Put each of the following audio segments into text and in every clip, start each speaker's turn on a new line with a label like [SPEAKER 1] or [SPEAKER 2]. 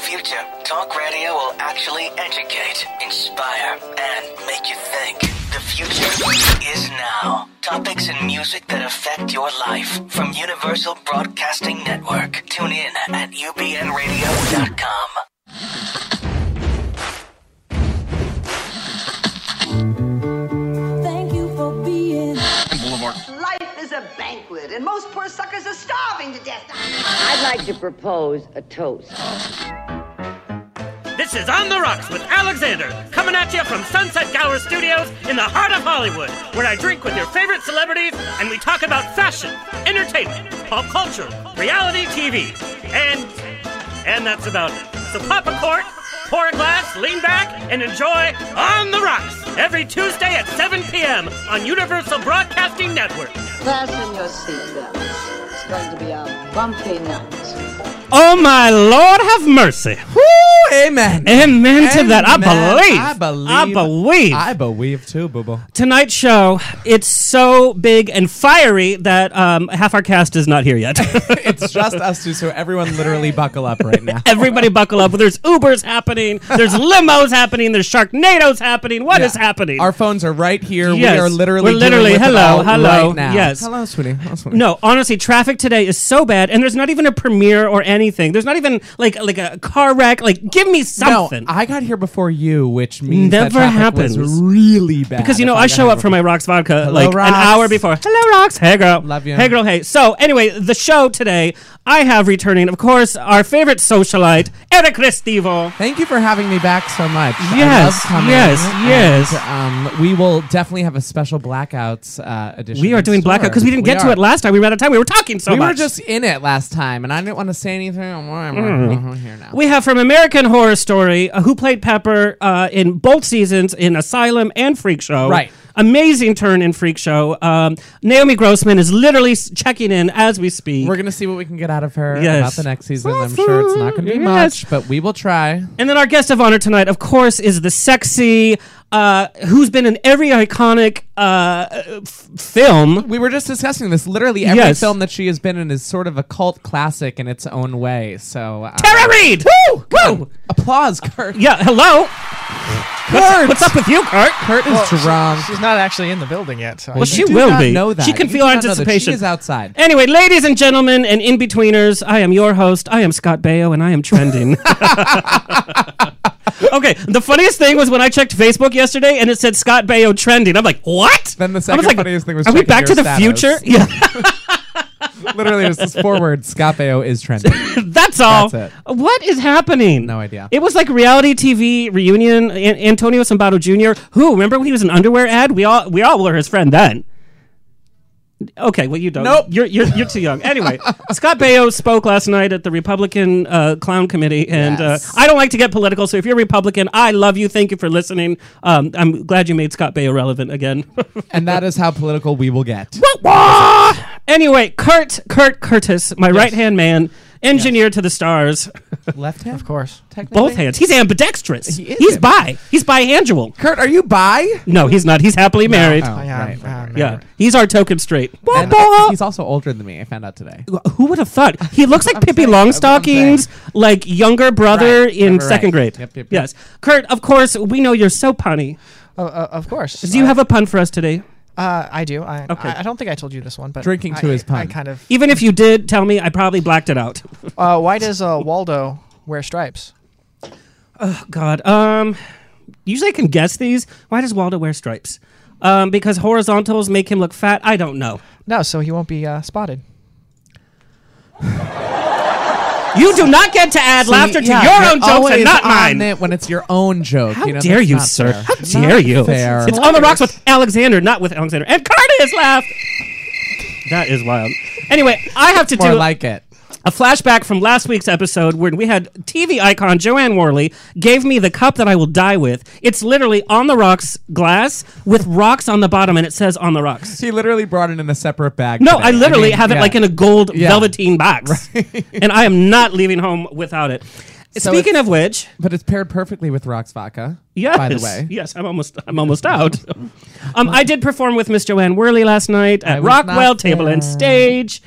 [SPEAKER 1] future, talk radio will actually educate, inspire, and make you think. The future is now. Topics and music that affect your life from Universal Broadcasting Network. Tune in at ubnradio.com.
[SPEAKER 2] Thank you for being.
[SPEAKER 3] Boulevard.
[SPEAKER 4] Life is a banquet, and most poor suckers are starving to death.
[SPEAKER 5] I'd like to propose a toast.
[SPEAKER 6] This is On the Rocks with Alexander, coming at you from Sunset Gower Studios in the heart of Hollywood, where I drink with your favorite celebrities and we talk about fashion, entertainment, pop culture, reality TV, and and that's about it. So pop a cork, pour a glass, lean back, and enjoy On the Rocks every Tuesday at 7 p.m. on Universal Broadcasting Network.
[SPEAKER 4] Fasten your seatbelts. It's going to be a bumpy night.
[SPEAKER 6] Oh my Lord, have mercy!
[SPEAKER 7] amen.
[SPEAKER 6] Amen to that. I believe.
[SPEAKER 7] I believe.
[SPEAKER 6] I believe.
[SPEAKER 7] I believe too, boo boo.
[SPEAKER 6] Tonight's show, it's so big and fiery that um, half our cast is not here yet.
[SPEAKER 7] It's just us two, so everyone literally buckle up right now.
[SPEAKER 6] Everybody buckle up. There's Ubers happening. There's limos happening. There's Sharknadoes happening. What is
[SPEAKER 7] Yeah.
[SPEAKER 6] happening?
[SPEAKER 7] Our phones are right here.
[SPEAKER 6] Yes.
[SPEAKER 7] We are literally.
[SPEAKER 6] We're literally-
[SPEAKER 7] dealing with it
[SPEAKER 6] hello,
[SPEAKER 7] all
[SPEAKER 6] hello,
[SPEAKER 7] right now.
[SPEAKER 6] yes.
[SPEAKER 7] Hello, sweetie. Hello, sweetie.
[SPEAKER 6] no, honestly, traffic today is so bad, and there's not even a premiere or anything. There's not even like like a car wreck. Like, give me something.
[SPEAKER 7] No, I got here before you, which means that
[SPEAKER 6] Never
[SPEAKER 7] traffic was
[SPEAKER 6] happens.
[SPEAKER 7] really bad.
[SPEAKER 6] Because you know,
[SPEAKER 7] if
[SPEAKER 6] I
[SPEAKER 7] got
[SPEAKER 6] show
[SPEAKER 7] here
[SPEAKER 6] up for my Rocks vodka
[SPEAKER 7] Hello,
[SPEAKER 6] like
[SPEAKER 7] Rox.
[SPEAKER 6] an hour before. Hello, Rocks. Hey, girl.
[SPEAKER 7] Love you.
[SPEAKER 6] Hey, girl. Hey. So anyway, the show today, I have returning, of course, our favorite socialite, Eric Restivo.
[SPEAKER 7] Thank you for having me back so much. I
[SPEAKER 6] Yes,
[SPEAKER 7] love coming,
[SPEAKER 6] yes,
[SPEAKER 7] and,
[SPEAKER 6] yes.
[SPEAKER 7] Um, we will definitely have a special blackouts uh, edition.
[SPEAKER 6] We are
[SPEAKER 7] in
[SPEAKER 6] doing
[SPEAKER 7] store.
[SPEAKER 6] blackout because we didn't get to
[SPEAKER 7] are.
[SPEAKER 6] it last time. We ran out of time. We were talking so
[SPEAKER 7] we
[SPEAKER 6] much.
[SPEAKER 7] were just in it last time, and I didn't want to say anything. I'm, I'm, I'm here now.
[SPEAKER 6] We have from American Horror Story, uh, who played Pepper uh, in both seasons in Asylum and Freak Show.
[SPEAKER 7] Right.
[SPEAKER 6] Amazing turn in Freak Show. Um, Naomi Grossman is literally s- checking in as we speak.
[SPEAKER 7] We're gonna see what we can get out of her
[SPEAKER 6] Yes.
[SPEAKER 7] about the next season. I'm sure it's not gonna be
[SPEAKER 6] Yes.
[SPEAKER 7] much, but we will try.
[SPEAKER 6] And then our guest of honor tonight, of course, is the sexy, uh, who's been in every iconic uh, f- film.
[SPEAKER 7] We were just discussing this. Literally, every
[SPEAKER 6] Yes.
[SPEAKER 7] film that she has been in is sort of a cult classic in its own way. So, uh, um,
[SPEAKER 6] Tara Reid! Woo! Woo!
[SPEAKER 7] applause, Kurt.
[SPEAKER 6] Yeah, hello.
[SPEAKER 7] Kurt.
[SPEAKER 6] What's up with you, Kurt?
[SPEAKER 7] Kurt Oh, is drunk.
[SPEAKER 8] She's not actually in the building yet. So
[SPEAKER 6] Well,
[SPEAKER 7] You
[SPEAKER 6] she
[SPEAKER 7] do
[SPEAKER 6] will
[SPEAKER 7] not
[SPEAKER 6] be.
[SPEAKER 7] Know that.
[SPEAKER 6] She can
[SPEAKER 7] You
[SPEAKER 6] feel
[SPEAKER 7] do
[SPEAKER 6] our
[SPEAKER 7] not know that.
[SPEAKER 6] anticipation.
[SPEAKER 7] She is outside.
[SPEAKER 6] Anyway, ladies and gentlemen and in-betweeners, I am your host. I am Scott Baio, and I am trending. okay, the funniest thing was when I checked Facebook yesterday, and it said Scott Baio trending. I'm like, what?
[SPEAKER 7] Then the
[SPEAKER 6] I was
[SPEAKER 7] second
[SPEAKER 6] like,
[SPEAKER 7] funniest thing was
[SPEAKER 6] are we
[SPEAKER 7] checking
[SPEAKER 6] back to
[SPEAKER 7] your
[SPEAKER 6] the
[SPEAKER 7] status."
[SPEAKER 6] future? Yeah.
[SPEAKER 7] Literally, it's this forward. Scott Baio is trending.
[SPEAKER 6] That's all.
[SPEAKER 7] That's
[SPEAKER 6] What is happening?
[SPEAKER 7] No idea.
[SPEAKER 6] It was like reality TV reunion. An- Antonio Sambato Jr. Who remember when he was an underwear ad? We all we all were his friend then. Okay, well you don't.
[SPEAKER 7] Nope.
[SPEAKER 6] you're you're, you're too young. Anyway, Scott Baio spoke last night at the Republican uh, Clown Committee, and
[SPEAKER 7] Yes.
[SPEAKER 6] uh, I don't like to get political. So if you're Republican, I love you. Thank you for listening. Um, I'm glad you made Scott Baio relevant again.
[SPEAKER 7] and that is how political we will get.
[SPEAKER 6] anyway, Kurt Kurt Curtis, my right hand man, engineer to the stars.
[SPEAKER 7] Left hand, of
[SPEAKER 8] course.
[SPEAKER 7] Technically,
[SPEAKER 6] both hands. He's ambidextrous.
[SPEAKER 7] He is
[SPEAKER 6] he's
[SPEAKER 7] ambidextrous.
[SPEAKER 6] bi. He's biannual.
[SPEAKER 7] Kurt, are you bi?
[SPEAKER 6] No, he's not. He's happily married.
[SPEAKER 7] Oh,
[SPEAKER 8] I am,
[SPEAKER 7] right, right,
[SPEAKER 8] I'm
[SPEAKER 7] right.
[SPEAKER 6] yeah, he's our token straight.
[SPEAKER 7] And
[SPEAKER 6] Wah,
[SPEAKER 7] he's also older than me. I found out today.
[SPEAKER 6] wah. Who would have thought? He looks like Pippi
[SPEAKER 7] saying- I'm- I'm
[SPEAKER 6] Longstocking's like younger brother
[SPEAKER 7] Right,
[SPEAKER 6] in
[SPEAKER 7] right.
[SPEAKER 6] second grade.
[SPEAKER 7] Yep, yep, yep.
[SPEAKER 6] Yes, Kurt. Of course, we know you're so punny.
[SPEAKER 8] Uh, uh, of course.
[SPEAKER 6] Do you have a pun for us today?
[SPEAKER 8] Uh, I do. I,
[SPEAKER 6] Okay.
[SPEAKER 8] I, I don't think I told you this one, but
[SPEAKER 7] Drinking
[SPEAKER 8] I-
[SPEAKER 7] to his pun.
[SPEAKER 8] I kind of.
[SPEAKER 6] Even if you did, tell me. I probably blacked it out.
[SPEAKER 8] Uh, why does uh, Waldo wear stripes?
[SPEAKER 6] God. Um, usually I can guess these. Why does Waldo wear stripes? Um, because horizontals make him look fat. I don't know.
[SPEAKER 8] No, so he won't be uh, spotted.
[SPEAKER 6] You do not get to add laughter to your own jokes and not mine.
[SPEAKER 7] when it's your own joke.
[SPEAKER 6] How
[SPEAKER 7] you know,
[SPEAKER 6] dare
[SPEAKER 7] that's
[SPEAKER 6] you,
[SPEAKER 7] not
[SPEAKER 6] sir?
[SPEAKER 7] fair.
[SPEAKER 6] How
[SPEAKER 7] Not
[SPEAKER 6] dare you?
[SPEAKER 7] fair.
[SPEAKER 6] It's on the rocks with Alexander, not with Alexander. And Curtis laughed. that is wild. Anyway, I have to
[SPEAKER 7] More
[SPEAKER 6] do
[SPEAKER 7] like it.
[SPEAKER 6] a flashback from last week's episode where we had TV icon Joanne Worley gave me the cup that I will die with. It's literally on the rocks glass with rocks on the bottom, and it says on the rocks.
[SPEAKER 7] She literally brought it in a separate bag.
[SPEAKER 6] No,
[SPEAKER 7] today.
[SPEAKER 6] I literally
[SPEAKER 7] mean,
[SPEAKER 6] have it
[SPEAKER 7] yeah.
[SPEAKER 6] like in a gold
[SPEAKER 7] Yeah.
[SPEAKER 6] velveteen box, and I am not leaving home without it.
[SPEAKER 7] So
[SPEAKER 6] Speaking
[SPEAKER 7] it's-
[SPEAKER 6] of which,
[SPEAKER 7] But it's paired perfectly with Rox Vodka.
[SPEAKER 6] Yes.
[SPEAKER 7] By the way.
[SPEAKER 6] Yes, I'm almost I'm almost out. um, I did perform with Miss Joanne Worley last night at
[SPEAKER 7] I was not
[SPEAKER 6] Rockwell Table and
[SPEAKER 7] there.
[SPEAKER 6] Stage.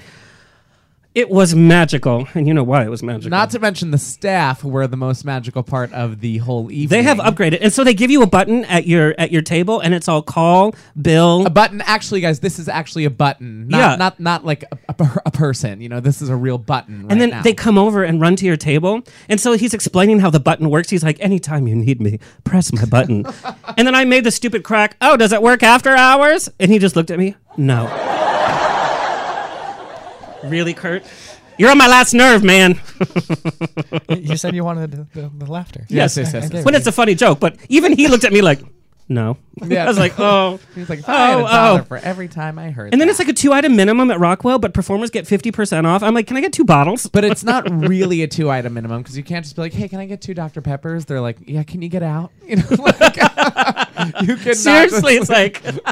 [SPEAKER 6] It was magical, and you know why it was magical.
[SPEAKER 7] Not to mention the staff were the most magical part of the whole evening.
[SPEAKER 6] they have upgraded, and so they give you a button at your at your table, and it's all call Bill.
[SPEAKER 7] a button. Actually, guys, this is actually a button. Not
[SPEAKER 6] Yeah.
[SPEAKER 7] not not like a, a, per- a person. You know, this is a real button. right
[SPEAKER 6] and then
[SPEAKER 7] now.
[SPEAKER 6] they come over and run to your table. And so he's explaining how the button works. He's like, anytime you need me, press my button. and then I made the stupid crack, oh, does it work after hours? And he just looked at me, no. really, Kurt? You're on my last nerve, man.
[SPEAKER 8] you said you wanted the, the, the laughter.
[SPEAKER 7] Yes, yes, yes, yes.
[SPEAKER 8] I did.
[SPEAKER 6] when it's a funny joke, but even he looked at me like, no.
[SPEAKER 7] Yeah.
[SPEAKER 6] I was like, oh.
[SPEAKER 7] He's like, if I had a
[SPEAKER 6] Oh,
[SPEAKER 7] dollar
[SPEAKER 6] oh.
[SPEAKER 7] for every time I heard.
[SPEAKER 6] And then
[SPEAKER 7] that."
[SPEAKER 6] it's like a two item minimum at Rockwell, but performers get 50% off. I'm like, can I get two bottles?
[SPEAKER 7] But it's not really a two item minimum because you can't just be like, hey, can I get two Dr. Peppers? They're like, yeah, can you get out? You know, like, you can
[SPEAKER 6] Seriously, it's like,
[SPEAKER 7] no.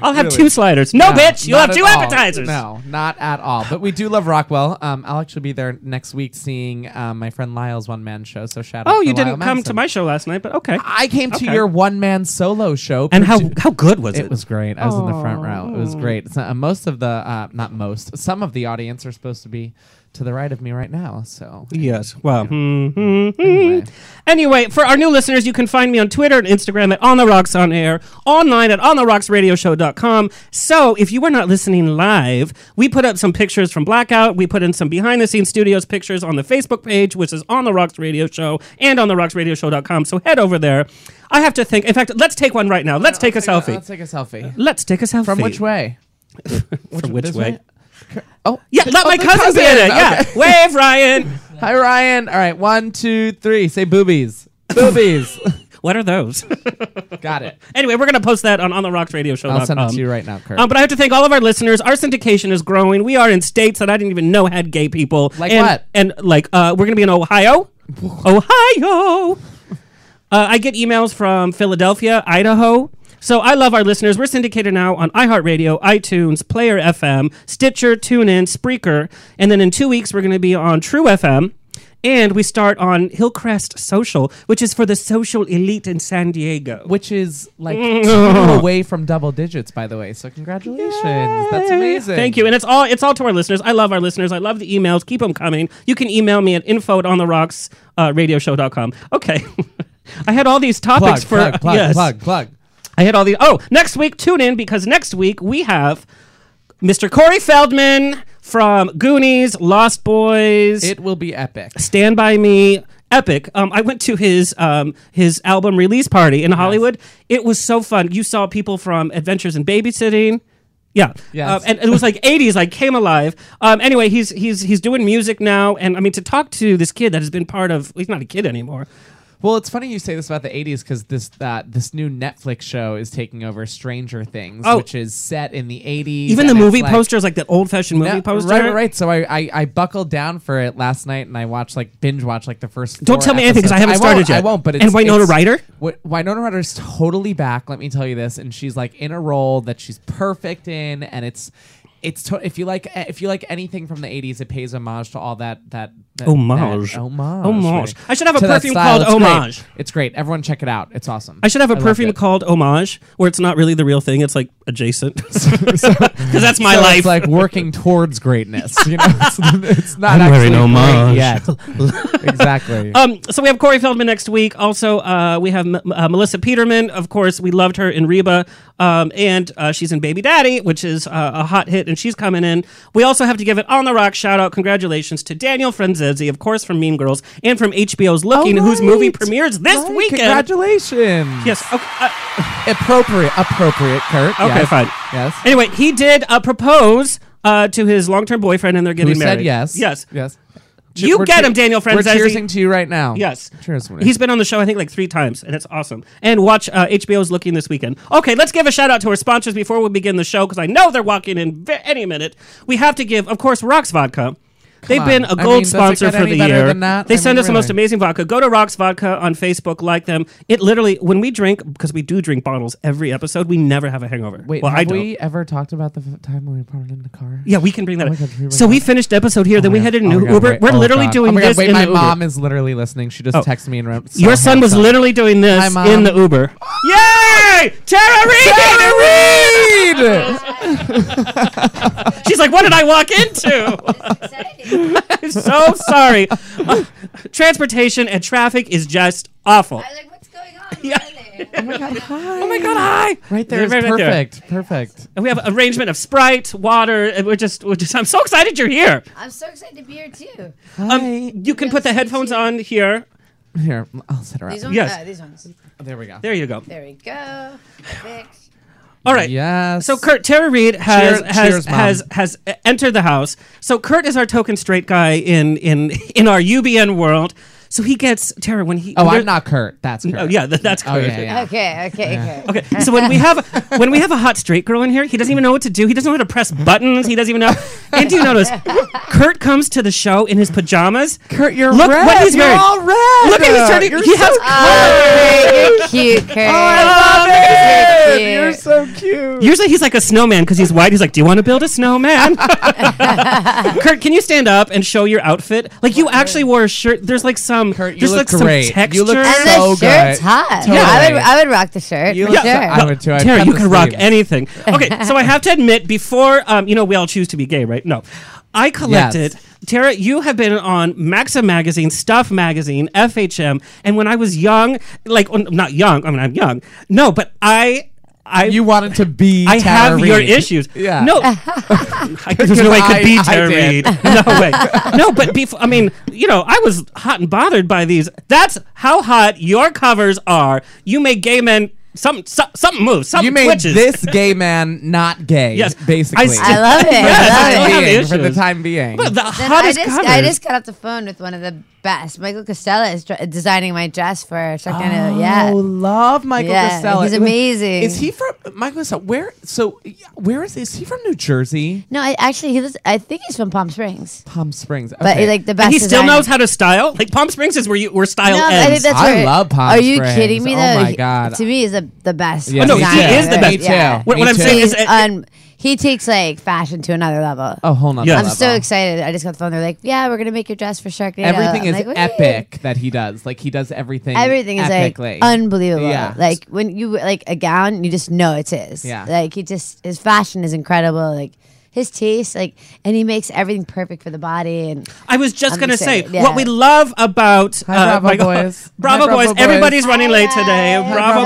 [SPEAKER 6] I'll have
[SPEAKER 7] really.
[SPEAKER 6] two sliders. No,
[SPEAKER 7] No,
[SPEAKER 6] bitch, you'll have
[SPEAKER 7] not at
[SPEAKER 6] two
[SPEAKER 7] all.
[SPEAKER 6] appetizers.
[SPEAKER 7] No, not at all. But we do love Rockwell. Um, I'll actually be there next week seeing um, my friend Lyle's one man show. So shout out.
[SPEAKER 6] Oh,
[SPEAKER 7] to
[SPEAKER 6] you
[SPEAKER 7] Lyle
[SPEAKER 6] didn't come to
[SPEAKER 7] Madsen.
[SPEAKER 6] my show last night, but okay.
[SPEAKER 7] I came to
[SPEAKER 6] Okay.
[SPEAKER 7] your one man solo show.
[SPEAKER 6] And how
[SPEAKER 7] produ-
[SPEAKER 6] how good was it?
[SPEAKER 7] It was great. I was in the front row. It was great. So, uh, most of the, uh, not most, some of the audience are supposed to be to the right of me right now. So
[SPEAKER 6] Yes. hmm, Wow.
[SPEAKER 7] anyway.
[SPEAKER 6] Anyway, for our new listeners, you can find me on Twitter and Instagram at On The Rocks On Air, online at OnTheRocksRadioShow.com. So if you were not listening live, we put up some pictures from Blackout. We put in some behind the scenes studios pictures on the Facebook page, which is On The Rocks Radio Show and On The Rocks Radio Show.com. So head over there. I have to think. In fact, let's take one right now. Let's take a
[SPEAKER 7] Let's
[SPEAKER 6] selfie.
[SPEAKER 7] take a selfie.
[SPEAKER 6] Let's take a selfie.
[SPEAKER 7] From which way?
[SPEAKER 6] From which
[SPEAKER 7] this
[SPEAKER 6] way?
[SPEAKER 7] way? Oh,
[SPEAKER 6] Yeah, let
[SPEAKER 7] oh,
[SPEAKER 6] my
[SPEAKER 7] the
[SPEAKER 6] cousin be in it. Yeah.
[SPEAKER 7] Okay.
[SPEAKER 6] Wave, Ryan.
[SPEAKER 7] Hi, Ryan. All right, one, two, three. Say boobies. Boobies.
[SPEAKER 6] What are those?
[SPEAKER 7] Got it.
[SPEAKER 6] anyway, we're going to post that on on the rocks radio show.
[SPEAKER 7] I'll send it to you right now, Kurt.
[SPEAKER 6] Um, but I have to thank all of our listeners. Our syndication is growing. We are in states that I didn't even know had gay people.
[SPEAKER 7] Like
[SPEAKER 6] and,
[SPEAKER 7] what?
[SPEAKER 6] And like, uh, we're going to be in Ohio. Ohio. Uh, I get emails from Philadelphia, Idaho. So I love our listeners. We're syndicated now on iHeartRadio, iTunes, Player FM, Stitcher, TuneIn, Spreaker. And then in two weeks, we're going to be on True FM. And we start on Hillcrest Social, which is for the social elite in San Diego.
[SPEAKER 7] Which is like two away from double digits, by the way. So congratulations. That's amazing.
[SPEAKER 6] Thank you. And it's all it's all to our listeners. I love our listeners. I love the emails. Keep them coming. You can email me at info at on the rocks uh, radioshow.com. Okay. I had all these
[SPEAKER 7] Plug,
[SPEAKER 6] topics for
[SPEAKER 7] plug, plug,
[SPEAKER 6] yes.
[SPEAKER 7] plug, plug.
[SPEAKER 6] I had all these Oh, next week tune in because next week we have Mr. Corey Feldman from Goonies, Lost Boys,
[SPEAKER 7] It will be epic.
[SPEAKER 6] Stand by Me, epic. Um, I went to his um, his album release party in Hollywood. It was so fun. You saw people from Adventures in Babysitting. Yeah,
[SPEAKER 7] Yes.
[SPEAKER 6] Um, and it was like '80s, like came alive. Um, anyway, he's he's he's doing music now, and I mean to talk to this kid that has been part of. He's not a kid anymore.
[SPEAKER 7] Well, it's funny you say this about the 80s because this uh, this new Netflix show is taking over Stranger Things,
[SPEAKER 6] Oh.
[SPEAKER 7] which is set in the 80s.
[SPEAKER 6] Even the
[SPEAKER 7] and it's
[SPEAKER 6] movie
[SPEAKER 7] like-
[SPEAKER 6] posters, like that old fashioned movie
[SPEAKER 7] Yeah,
[SPEAKER 6] poster.
[SPEAKER 7] Right, right, right. So I, I, I buckled down for it last night and I watched like binge watch like the first.
[SPEAKER 6] Don't
[SPEAKER 7] four
[SPEAKER 6] tell me anything 'cause I haven't
[SPEAKER 7] episodes.
[SPEAKER 6] started yet.
[SPEAKER 7] I won't. But
[SPEAKER 6] And
[SPEAKER 7] it's,
[SPEAKER 6] Winona
[SPEAKER 7] it's-
[SPEAKER 6] Ryder?
[SPEAKER 7] Wi- Winona Ryder's totally back. Let me tell you this, and she's like in a role that she's perfect in, and it's. It's to- if you like if you like anything from the '80s, it pays homage to all that that, that
[SPEAKER 6] Homage.
[SPEAKER 7] that- homage,
[SPEAKER 6] Homage.
[SPEAKER 7] right.
[SPEAKER 6] I should have a
[SPEAKER 7] To that
[SPEAKER 6] perfume
[SPEAKER 7] style.
[SPEAKER 6] called
[SPEAKER 7] It's great.
[SPEAKER 6] Homage.
[SPEAKER 7] It's great. Everyone check it out. It's awesome.
[SPEAKER 6] I should have a
[SPEAKER 7] I loved
[SPEAKER 6] perfume
[SPEAKER 7] it.
[SPEAKER 6] called Homage, where it's not really the real thing. It's like adjacent, because that's my
[SPEAKER 7] So
[SPEAKER 6] life.
[SPEAKER 7] It's like working towards greatness. You know, it's, it's
[SPEAKER 6] I'm
[SPEAKER 7] not actually
[SPEAKER 6] wearing homage.
[SPEAKER 7] great yet. exactly.
[SPEAKER 6] Um, so we have Corey Feldman next week. Also, uh, we have M- uh, Melissa Peterman. Of course, we loved her in Reba, um, and uh, she's in Baby Daddy, which is uh, a hot hit, and she's coming in. We also have to give it on the rock shout out. Congratulations to Daniel Franzese, of course, from Mean Girls and from HBO's Looking, whose
[SPEAKER 7] Oh, right.
[SPEAKER 6] movie premieres this
[SPEAKER 7] Right,
[SPEAKER 6] weekend.
[SPEAKER 7] Congratulations.
[SPEAKER 6] Yes. Okay. uh,
[SPEAKER 7] Appropriate. Appropriate, Kurt.
[SPEAKER 6] okay.
[SPEAKER 7] Yes.
[SPEAKER 6] Fine.
[SPEAKER 7] Yes.
[SPEAKER 6] Anyway, he did uh, propose uh, to his long-term boyfriend, and they're
[SPEAKER 7] Who
[SPEAKER 6] getting married.
[SPEAKER 7] said yes?
[SPEAKER 6] Yes.
[SPEAKER 7] Yes.
[SPEAKER 6] You
[SPEAKER 7] We're
[SPEAKER 6] get
[SPEAKER 7] cheer-
[SPEAKER 6] him, Daniel Franzese.
[SPEAKER 7] We're cheersing to you right now.
[SPEAKER 6] Yes.
[SPEAKER 7] Cheers. Winnie.
[SPEAKER 6] He's been on the show, I think, like three times, and it's awesome. And watch uh, HBO's Looking this weekend. Okay, let's give a shout out to our sponsors before we begin the show because I know they're walking in ve- any minute. We have to give, of course, Rocks Vodka. They've
[SPEAKER 7] on.
[SPEAKER 6] been
[SPEAKER 7] I
[SPEAKER 6] a
[SPEAKER 7] mean,
[SPEAKER 6] gold
[SPEAKER 7] does it
[SPEAKER 6] sponsor
[SPEAKER 7] get
[SPEAKER 6] for
[SPEAKER 7] any
[SPEAKER 6] the
[SPEAKER 7] better
[SPEAKER 6] year.
[SPEAKER 7] than that?
[SPEAKER 6] They
[SPEAKER 7] I
[SPEAKER 6] send
[SPEAKER 7] mean,
[SPEAKER 6] us the most
[SPEAKER 7] really.
[SPEAKER 6] amazing vodka. Go to Rocks Vodka on Facebook, like them. It literally, when we drink, because we do drink bottles every episode, we never have a hangover.
[SPEAKER 7] Wait,
[SPEAKER 6] well,
[SPEAKER 7] have
[SPEAKER 6] I don't.
[SPEAKER 7] we ever talked about the f- time when we parted in the car?
[SPEAKER 6] Yeah, we can bring that.
[SPEAKER 7] Oh
[SPEAKER 6] up.
[SPEAKER 7] my God, we were
[SPEAKER 6] so we
[SPEAKER 7] like-
[SPEAKER 6] finished episode here, then we headed
[SPEAKER 7] Oh
[SPEAKER 6] into
[SPEAKER 7] my God,
[SPEAKER 6] Uber.
[SPEAKER 7] wait.
[SPEAKER 6] We're
[SPEAKER 7] Oh
[SPEAKER 6] literally
[SPEAKER 7] God.
[SPEAKER 6] doing
[SPEAKER 7] oh my God,
[SPEAKER 6] this
[SPEAKER 7] Wait,
[SPEAKER 6] in
[SPEAKER 7] my
[SPEAKER 6] the Uber.
[SPEAKER 7] mom is literally listening. She just
[SPEAKER 6] Oh.
[SPEAKER 7] texted me and wrote, so
[SPEAKER 6] Your son was
[SPEAKER 7] handsome.
[SPEAKER 6] literally doing this
[SPEAKER 7] Hi, Mom.
[SPEAKER 6] in the Uber. Hey, Tara Reid!
[SPEAKER 7] Tara Reid!
[SPEAKER 6] She's like, what did I walk into? I'm so sorry. Uh, transportation and traffic is just awful.
[SPEAKER 9] I was like, what's going on?
[SPEAKER 6] Yeah.
[SPEAKER 9] Really?
[SPEAKER 6] Oh my god, hi!
[SPEAKER 7] Right there is
[SPEAKER 6] Right- right there.
[SPEAKER 7] perfect. Perfect.
[SPEAKER 6] And we have arrangement of Sprite, water. and We're just, we're just. I'm so excited you're here.
[SPEAKER 9] I'm so excited to be here too.
[SPEAKER 7] Hi.
[SPEAKER 6] Um, You can put the headphones on here.
[SPEAKER 7] Here, I'll sit around.
[SPEAKER 9] These ones.
[SPEAKER 6] Yes.
[SPEAKER 9] Uh, these ones.
[SPEAKER 7] There we go.
[SPEAKER 6] There you go.
[SPEAKER 9] There we go. Fixed.
[SPEAKER 6] All right.
[SPEAKER 7] Yes.
[SPEAKER 6] So Kurt, Tara Reid has
[SPEAKER 7] Cheer-
[SPEAKER 6] has
[SPEAKER 7] cheers, Mom.
[SPEAKER 6] has has uh, entered the house. So Kurt is our token straight guy in in in our UBN world. So he gets Tara when he.
[SPEAKER 7] Oh,
[SPEAKER 6] when
[SPEAKER 7] I'm not Kurt. That's Kurt.
[SPEAKER 6] Oh yeah, that, that's
[SPEAKER 7] Oh
[SPEAKER 6] Kurt.
[SPEAKER 7] yeah. yeah.
[SPEAKER 9] Okay. Okay. Okay.
[SPEAKER 6] Okay, so when we have when we have a hot straight girl in here, he doesn't even know what to do. He doesn't know how to press buttons. He doesn't even know. And do you notice Kurt comes to the show in his pajamas?
[SPEAKER 7] Kurt, you're
[SPEAKER 6] Look
[SPEAKER 7] red.
[SPEAKER 6] what he's
[SPEAKER 7] you're
[SPEAKER 6] wearing.
[SPEAKER 7] all red.
[SPEAKER 6] Look at he's turning.
[SPEAKER 7] You're
[SPEAKER 6] he
[SPEAKER 7] so
[SPEAKER 6] has.
[SPEAKER 9] Oh, you're cute, Kurt.
[SPEAKER 7] I love it.
[SPEAKER 9] You're
[SPEAKER 7] You're
[SPEAKER 9] cute.
[SPEAKER 7] so cute.
[SPEAKER 6] Usually he's like a snowman because he's white. He's like, "Do you want to build a snowman?" Kurt, can you stand up and show your outfit? Like you actually wore a shirt. There's like some.
[SPEAKER 7] Kurt, you
[SPEAKER 6] there's
[SPEAKER 7] look
[SPEAKER 6] like
[SPEAKER 7] great.
[SPEAKER 6] some texture.
[SPEAKER 7] You look
[SPEAKER 9] and
[SPEAKER 7] so
[SPEAKER 9] the shirt's
[SPEAKER 7] good.
[SPEAKER 9] hot.
[SPEAKER 7] Totally.
[SPEAKER 9] Yeah, I would, I would rock the shirt
[SPEAKER 7] You
[SPEAKER 9] for
[SPEAKER 7] look
[SPEAKER 9] sure.
[SPEAKER 7] so- I would too. I'd
[SPEAKER 6] Tara,
[SPEAKER 7] cut
[SPEAKER 6] you
[SPEAKER 7] the
[SPEAKER 6] can rock
[SPEAKER 7] sleeves.
[SPEAKER 6] anything. Okay, so I have to admit, before um, you know, we all choose to be gay, right? No, I collected.
[SPEAKER 7] Yes.
[SPEAKER 6] Tara, you have been on Maxim magazine, Stuff magazine, FHM, and when I was young, like well, not young, I mean I'm young. No, but I, I,
[SPEAKER 7] You wanted to be.
[SPEAKER 6] I
[SPEAKER 7] Tara
[SPEAKER 6] have your
[SPEAKER 7] Reid.
[SPEAKER 6] issues.
[SPEAKER 7] Yeah.
[SPEAKER 6] No, I, there's no way I could be
[SPEAKER 7] I- I
[SPEAKER 6] Tara Reid.
[SPEAKER 7] did.
[SPEAKER 6] No way. No, but before, I mean, you know, I was hot and bothered by these. That's how hot your covers are. You make gay men. Some, some, something moves. Something
[SPEAKER 7] You made
[SPEAKER 6] twitches.
[SPEAKER 7] this gay man not gay.
[SPEAKER 6] Yes.
[SPEAKER 7] Basically.
[SPEAKER 6] I still-
[SPEAKER 9] I love it.
[SPEAKER 6] Yes,
[SPEAKER 9] I
[SPEAKER 6] I
[SPEAKER 9] love it.
[SPEAKER 6] have
[SPEAKER 7] Being, for the
[SPEAKER 6] issues.
[SPEAKER 7] time being.
[SPEAKER 6] But the
[SPEAKER 9] Then I
[SPEAKER 6] hottest
[SPEAKER 9] just
[SPEAKER 6] covers.
[SPEAKER 9] I just got off the phone with one of the best. Michael Costello is dr- designing my dress for Sacramento. yeah.
[SPEAKER 7] Oh, love Michael
[SPEAKER 9] Yeah,
[SPEAKER 7] Costello.
[SPEAKER 9] he's
[SPEAKER 7] It was-
[SPEAKER 9] amazing.
[SPEAKER 7] Is he from Michael Costello? Where? So, yeah, where is is he from? New Jersey,
[SPEAKER 9] No, I actually he lives, I think he's from Palm Springs,
[SPEAKER 7] Palm Springs. Okay.
[SPEAKER 9] but like the best.
[SPEAKER 6] and he still
[SPEAKER 9] designer.
[SPEAKER 6] knows how to style. Like Palm Springs is where you where style
[SPEAKER 9] No, I think
[SPEAKER 6] ends.
[SPEAKER 9] that's
[SPEAKER 7] I
[SPEAKER 9] where-
[SPEAKER 7] love Palm
[SPEAKER 9] Are you
[SPEAKER 7] Springs.
[SPEAKER 9] kidding me?
[SPEAKER 7] Oh
[SPEAKER 9] Though
[SPEAKER 7] my
[SPEAKER 9] He-
[SPEAKER 7] God. Oh,
[SPEAKER 9] to me, he's the the best.
[SPEAKER 7] Yeah,
[SPEAKER 6] no, he
[SPEAKER 9] designer.
[SPEAKER 6] is the
[SPEAKER 7] Me
[SPEAKER 6] best.
[SPEAKER 7] too.
[SPEAKER 9] Yeah.
[SPEAKER 6] What- what
[SPEAKER 7] Me
[SPEAKER 6] I'm
[SPEAKER 7] too.
[SPEAKER 6] saying is-
[SPEAKER 9] He's un- he takes like fashion to another level.
[SPEAKER 7] a whole nother
[SPEAKER 6] Yeah.
[SPEAKER 7] level.
[SPEAKER 9] I'm so excited. I just got the phone. They're like, yeah, we're going to make your dress for Sharknado.
[SPEAKER 7] Everything
[SPEAKER 9] I'm
[SPEAKER 7] is
[SPEAKER 9] like, "Wait."
[SPEAKER 7] epic that he does. Like he does everything.
[SPEAKER 9] Everything is
[SPEAKER 7] epically.
[SPEAKER 9] like unbelievable.
[SPEAKER 7] Yeah.
[SPEAKER 9] Like when you like a gown, you just know it's his.
[SPEAKER 7] Yeah.
[SPEAKER 9] Like he just his fashion is incredible. Like his taste, like and he makes everything perfect for the body and
[SPEAKER 6] I was just
[SPEAKER 9] I'm
[SPEAKER 6] gonna say
[SPEAKER 9] excited, yeah.
[SPEAKER 6] what we love about
[SPEAKER 7] Hi, Bravo
[SPEAKER 6] Michael-
[SPEAKER 7] Boys.
[SPEAKER 6] Bravo,
[SPEAKER 7] Hi, Bravo
[SPEAKER 6] boys.
[SPEAKER 7] Boys.
[SPEAKER 6] Everybody's running late today. Bravo,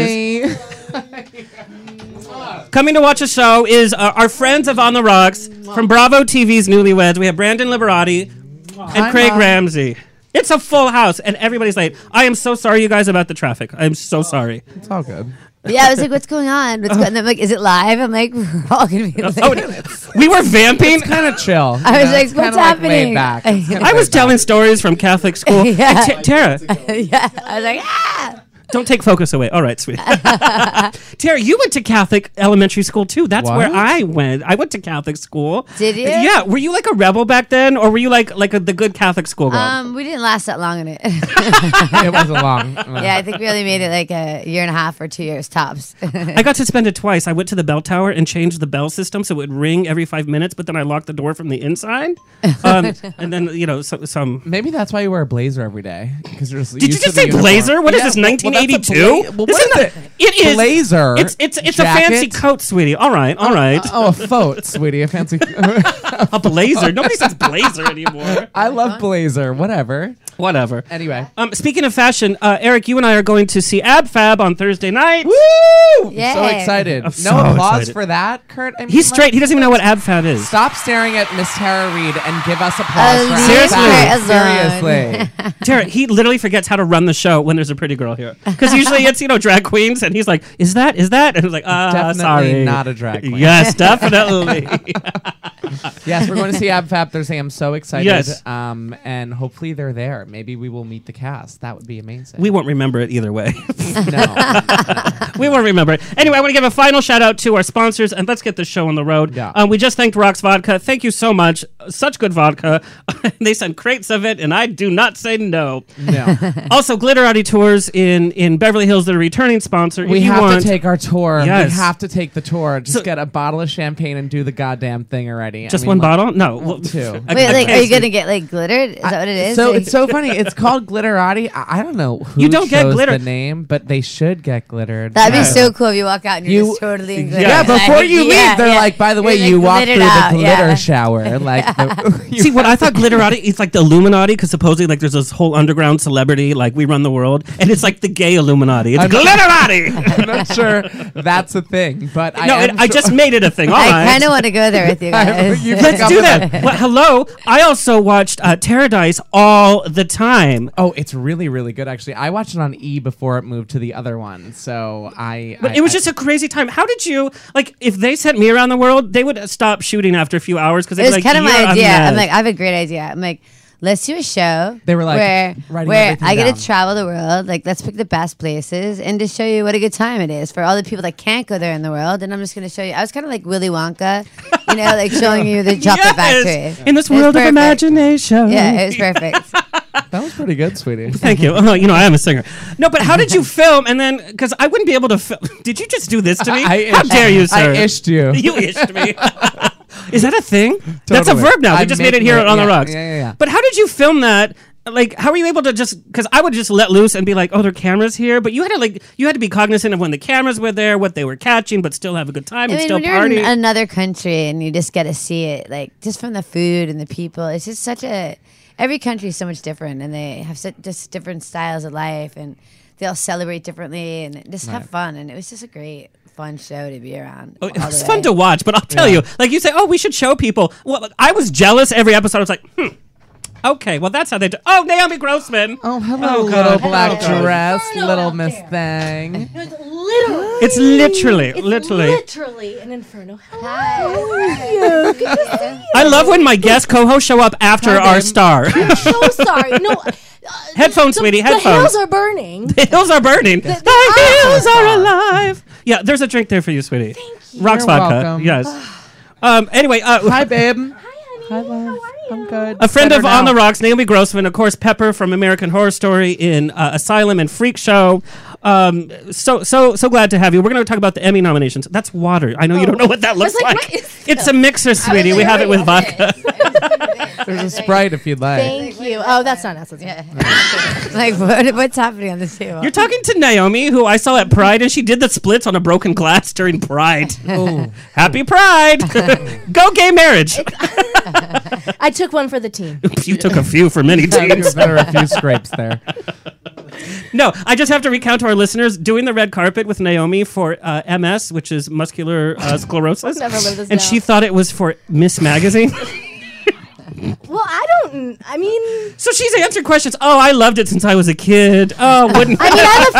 [SPEAKER 6] boys. Bravo boys.
[SPEAKER 7] Hi.
[SPEAKER 6] Coming to watch a show is uh, our friends of On the Rocks from Bravo TV's Newlyweds. We have Brandon Liberati and Craig
[SPEAKER 7] Mom.
[SPEAKER 6] Ramsey. It's a full house and everybody's late. I am so sorry, you guys, about the traffic. I'm
[SPEAKER 7] Oh.
[SPEAKER 6] so sorry.
[SPEAKER 7] It's all good.
[SPEAKER 9] yeah, I was like, what's going on? What's going? And I'm like, is it live? I'm like, we're all gonna be. Late.
[SPEAKER 6] Oh, we were vamping.
[SPEAKER 7] It's kind of chill. you
[SPEAKER 9] I was
[SPEAKER 7] know?
[SPEAKER 9] like,
[SPEAKER 7] It's kinda
[SPEAKER 9] what's
[SPEAKER 7] Way
[SPEAKER 9] happening?
[SPEAKER 7] back. It's kinda
[SPEAKER 6] I
[SPEAKER 7] laid
[SPEAKER 6] was
[SPEAKER 7] back.
[SPEAKER 6] telling stories from Catholic school. And
[SPEAKER 9] Yeah.
[SPEAKER 6] Ta- Tara,
[SPEAKER 9] yeah, I was like, ah.
[SPEAKER 6] don't take focus away. All right, sweet. Tara, you went to Catholic elementary school too. That's
[SPEAKER 7] What?
[SPEAKER 6] where I went. I went to Catholic school.
[SPEAKER 9] Did you?
[SPEAKER 6] Yeah. Were you like a rebel back then, or were you like like a, the good Catholic school girl?
[SPEAKER 9] Um, we didn't last that long in it.
[SPEAKER 7] it wasn't long. uh,
[SPEAKER 9] yeah, I think we only made it like a year and a half or two years tops.
[SPEAKER 6] I got suspended twice. I went to the bell tower and changed the bell system so it would ring every five minutes, but then I locked the door from the inside. Um, and then you know so, some.
[SPEAKER 7] Maybe that's why you wear a blazer every day. Because you're just
[SPEAKER 6] Did you just say blazer? What is this? 1982?
[SPEAKER 7] Well,
[SPEAKER 6] This
[SPEAKER 7] what
[SPEAKER 6] is
[SPEAKER 7] is
[SPEAKER 6] not-
[SPEAKER 7] it?
[SPEAKER 6] It is
[SPEAKER 7] blazer.
[SPEAKER 6] It's it's it's a fancy
[SPEAKER 7] jacket?
[SPEAKER 6] coat, sweetie. All right, all right.
[SPEAKER 7] Oh, a foat, sweetie. A fancy.
[SPEAKER 6] A blazer. Nobody says blazer anymore.
[SPEAKER 7] I love blazer. Whatever.
[SPEAKER 6] Whatever.
[SPEAKER 7] Anyway.
[SPEAKER 6] Um, speaking of fashion, uh, Eric, you and I are going to see Ab Fab on Thursday night.
[SPEAKER 7] Woo! I'm So
[SPEAKER 9] Yay.
[SPEAKER 7] excited. no
[SPEAKER 6] so
[SPEAKER 7] applause
[SPEAKER 6] excited.
[SPEAKER 7] for that, Kurt. I mean,
[SPEAKER 6] He's
[SPEAKER 7] like,
[SPEAKER 6] straight. He doesn't even know what Ab Fab is.
[SPEAKER 7] Stop staring at Miss Tara Reid and give us applause. for
[SPEAKER 9] leave
[SPEAKER 7] that.
[SPEAKER 9] her alone.
[SPEAKER 7] Seriously.
[SPEAKER 6] Tara, he literally forgets how to run the show when there's a pretty girl here. Because usually it's, you know, drag queens, and he's like, is that, is that? And I'm like, ah,
[SPEAKER 7] Definitely
[SPEAKER 6] sorry.
[SPEAKER 7] not a drag queen.
[SPEAKER 6] Yes, definitely.
[SPEAKER 7] yes, we're going to see Ab Fab Thursday. I'm so excited.
[SPEAKER 6] Yes.
[SPEAKER 7] Um, and hopefully they're there. Maybe we will meet the cast. That would be amazing.
[SPEAKER 6] we won't remember it either way.
[SPEAKER 7] no.
[SPEAKER 6] we won't remember it. Anyway, I want to give a final shout out to our sponsors, and let's get this show on the road.
[SPEAKER 7] Yeah.
[SPEAKER 6] Um, we just thanked Rocks Vodka. Thank you so much. Such good vodka. they send crates of it, and I do not say no.
[SPEAKER 7] No.
[SPEAKER 6] also, Glitterati Tours in in Beverly Hills, they're a returning sponsor. If
[SPEAKER 7] We
[SPEAKER 6] you
[SPEAKER 7] have
[SPEAKER 6] want,
[SPEAKER 7] to take our tour.
[SPEAKER 6] Yes.
[SPEAKER 7] We have to take the tour. Just
[SPEAKER 6] So-
[SPEAKER 7] get a bottle of champagne and do the goddamn thing already. movie. I
[SPEAKER 6] Just
[SPEAKER 7] mean,
[SPEAKER 6] one
[SPEAKER 7] like-
[SPEAKER 6] bottle? No, well,
[SPEAKER 7] two.
[SPEAKER 6] a-
[SPEAKER 9] Wait,
[SPEAKER 6] a
[SPEAKER 9] like, are you
[SPEAKER 6] case.
[SPEAKER 9] gonna get like glittered? Is that what it is?
[SPEAKER 7] So
[SPEAKER 9] Like-
[SPEAKER 7] it's so funny. It's called Glitterati. I, I don't know who
[SPEAKER 6] You don't get
[SPEAKER 7] chose
[SPEAKER 6] glitter-
[SPEAKER 7] the name, but they should get glittered.
[SPEAKER 9] That'd be
[SPEAKER 7] Yeah.
[SPEAKER 9] so cool if you walk out and you're
[SPEAKER 7] You-
[SPEAKER 9] just totally in glitter.
[SPEAKER 7] Yeah,
[SPEAKER 6] Yeah.
[SPEAKER 7] before you leave,
[SPEAKER 9] yeah,
[SPEAKER 7] they're
[SPEAKER 9] yeah.
[SPEAKER 7] like, by the way,
[SPEAKER 9] You're,
[SPEAKER 7] you
[SPEAKER 9] like,
[SPEAKER 7] walked through
[SPEAKER 9] glittered
[SPEAKER 7] the
[SPEAKER 9] out,
[SPEAKER 7] glitter
[SPEAKER 9] yeah.
[SPEAKER 7] shower. Like, the, you-
[SPEAKER 6] See, what I thought glitterati is like the Illuminati, because supposedly like there's this whole underground celebrity, like we run the world, and it's like the gay Illuminati. It's
[SPEAKER 7] I'm-
[SPEAKER 6] glitterati.
[SPEAKER 7] I'm not sure that's a thing, but I
[SPEAKER 6] no,
[SPEAKER 7] am
[SPEAKER 6] it, I
[SPEAKER 7] sure-
[SPEAKER 6] just made it a thing. All right.
[SPEAKER 9] I kind of want to go there with you guys.
[SPEAKER 7] You
[SPEAKER 6] Let's
[SPEAKER 7] pick up
[SPEAKER 6] do
[SPEAKER 7] on
[SPEAKER 6] that. Well, hello. I also watched uh, Paradise all the time.
[SPEAKER 7] Oh, it's really, really good. Actually, I watched it on E before it moved to the other one, so I.
[SPEAKER 6] But
[SPEAKER 7] I-
[SPEAKER 6] it was
[SPEAKER 7] I-
[SPEAKER 6] just a crazy time. How did you like? If they sent me around the world, they would uh, stop shooting after a few hours because
[SPEAKER 9] it was
[SPEAKER 6] like,
[SPEAKER 9] kind of
[SPEAKER 6] "You're
[SPEAKER 9] my
[SPEAKER 6] a
[SPEAKER 9] idea. I'm
[SPEAKER 6] mess."
[SPEAKER 9] like, I have a great idea. I'm like, let's do a show.
[SPEAKER 7] They were like,
[SPEAKER 9] where
[SPEAKER 7] writing
[SPEAKER 9] where
[SPEAKER 7] everything
[SPEAKER 9] I get
[SPEAKER 7] down.
[SPEAKER 9] to travel the world. Like, let's pick the best places and to show you what a good time it is for all the people that can't go there in the world. And I'm just gonna show you. I was kind of like Willy Wonka, you know, like showing you the chocolate
[SPEAKER 6] Yes!
[SPEAKER 9] factory
[SPEAKER 6] in this
[SPEAKER 9] It was
[SPEAKER 6] world of
[SPEAKER 9] perfect.
[SPEAKER 6] imagination.
[SPEAKER 9] Yeah, it was perfect.
[SPEAKER 7] that was pretty good, sweetie.
[SPEAKER 6] Thank you. Oh, you know, I am a singer. No, but how did you film? And then, because I wouldn't be able to film. Did you just do this to me?
[SPEAKER 7] I- I
[SPEAKER 6] how
[SPEAKER 7] ished-
[SPEAKER 6] dare you, sir?
[SPEAKER 7] I ished you.
[SPEAKER 6] You ished me. Is that a thing? That's a
[SPEAKER 7] Totally.
[SPEAKER 6] verb now. We
[SPEAKER 7] I'm
[SPEAKER 6] just made it
[SPEAKER 7] making
[SPEAKER 6] here
[SPEAKER 7] it,
[SPEAKER 6] on the
[SPEAKER 7] yeah,
[SPEAKER 6] rocks.
[SPEAKER 7] yeah, yeah, yeah.
[SPEAKER 6] But how did you film that? Like, how were you able to just? Because I would just let loose and be like, "Oh, there are cameras here," but you had to like, you had to be cognizant of when the cameras were there, what they were catching, but still have a good time
[SPEAKER 9] I
[SPEAKER 6] and
[SPEAKER 9] mean,
[SPEAKER 6] still
[SPEAKER 9] when you're in
[SPEAKER 6] party.
[SPEAKER 9] another country and you just get to see it, like just from the food and the people, it's just such a. Every country is so much different, and they have such just different styles of life, and they all celebrate differently, and just have fun. And it was just a great, fun show to be around.
[SPEAKER 6] Oh, it was fun to watch, but I'll tell you, like you say, oh, we should show people. Well, I was jealous every episode. I was like, hmm, okay, well, that's how they do. Oh, Naomi Grossman.
[SPEAKER 7] Oh, hello,
[SPEAKER 6] Oh, God.
[SPEAKER 7] little
[SPEAKER 6] Hello,
[SPEAKER 7] black
[SPEAKER 6] God.
[SPEAKER 7] dress,
[SPEAKER 2] Inferno
[SPEAKER 7] little
[SPEAKER 2] out
[SPEAKER 7] Miss
[SPEAKER 2] there.
[SPEAKER 7] Thing.
[SPEAKER 2] It's literally.
[SPEAKER 6] It's literally,
[SPEAKER 2] It's
[SPEAKER 6] literally.
[SPEAKER 2] literally an inferno. Hello.
[SPEAKER 6] I love when my guest co-hosts show up after
[SPEAKER 7] Hi,
[SPEAKER 6] our
[SPEAKER 7] babe.
[SPEAKER 6] star.
[SPEAKER 2] so sorry. No. uh,
[SPEAKER 6] Headphones,
[SPEAKER 2] the-
[SPEAKER 6] sweetie,
[SPEAKER 2] The
[SPEAKER 6] headphones.
[SPEAKER 2] hills are burning.
[SPEAKER 6] The hills are burning. The, hills are alive. Yeah, there's a drink there for you, sweetie. Thank you. Rocks
[SPEAKER 7] You're
[SPEAKER 6] vodka.
[SPEAKER 7] welcome.
[SPEAKER 6] Yes. Um, anyway, uh,
[SPEAKER 7] Hi, babe.
[SPEAKER 2] Hi,
[SPEAKER 7] I'm good.
[SPEAKER 6] a friend
[SPEAKER 7] Better
[SPEAKER 6] of On
[SPEAKER 7] now.
[SPEAKER 6] the Rocks, Naomi Grossman, of course, Pepper from American Horror Story in uh, Asylum and Freak Show. Um, so so so glad to have you. We're going to talk about the Emmy nominations. That's water. I know you don't know what that looks
[SPEAKER 2] like,
[SPEAKER 6] like.
[SPEAKER 2] what is
[SPEAKER 6] It's a mixer, sweetie. We have it with vodka.
[SPEAKER 7] There's a sprite if you'd like.
[SPEAKER 2] Thank you. Oh, that's not us. That's yeah.
[SPEAKER 9] like what, what's happening on the table.
[SPEAKER 6] You're talking to Naomi, who I saw at Pride, and she did the splits on a broken glass during Pride. Happy Pride! Go gay marriage.
[SPEAKER 2] I took one for the team.
[SPEAKER 6] you took a few for many
[SPEAKER 7] Yeah,
[SPEAKER 6] teams.
[SPEAKER 7] you're better a few scrapes there.
[SPEAKER 6] No, I just have to recount to our listeners doing the red carpet with Naomi for uh, MS, which is muscular uh, sclerosis.
[SPEAKER 2] Never live this down.
[SPEAKER 6] and she thought it was for Miss Magazine.
[SPEAKER 2] Well, I don't. I mean,
[SPEAKER 6] so she's answered questions. Oh, I loved it since I was a kid. Oh, wouldn't
[SPEAKER 2] I mean, I'm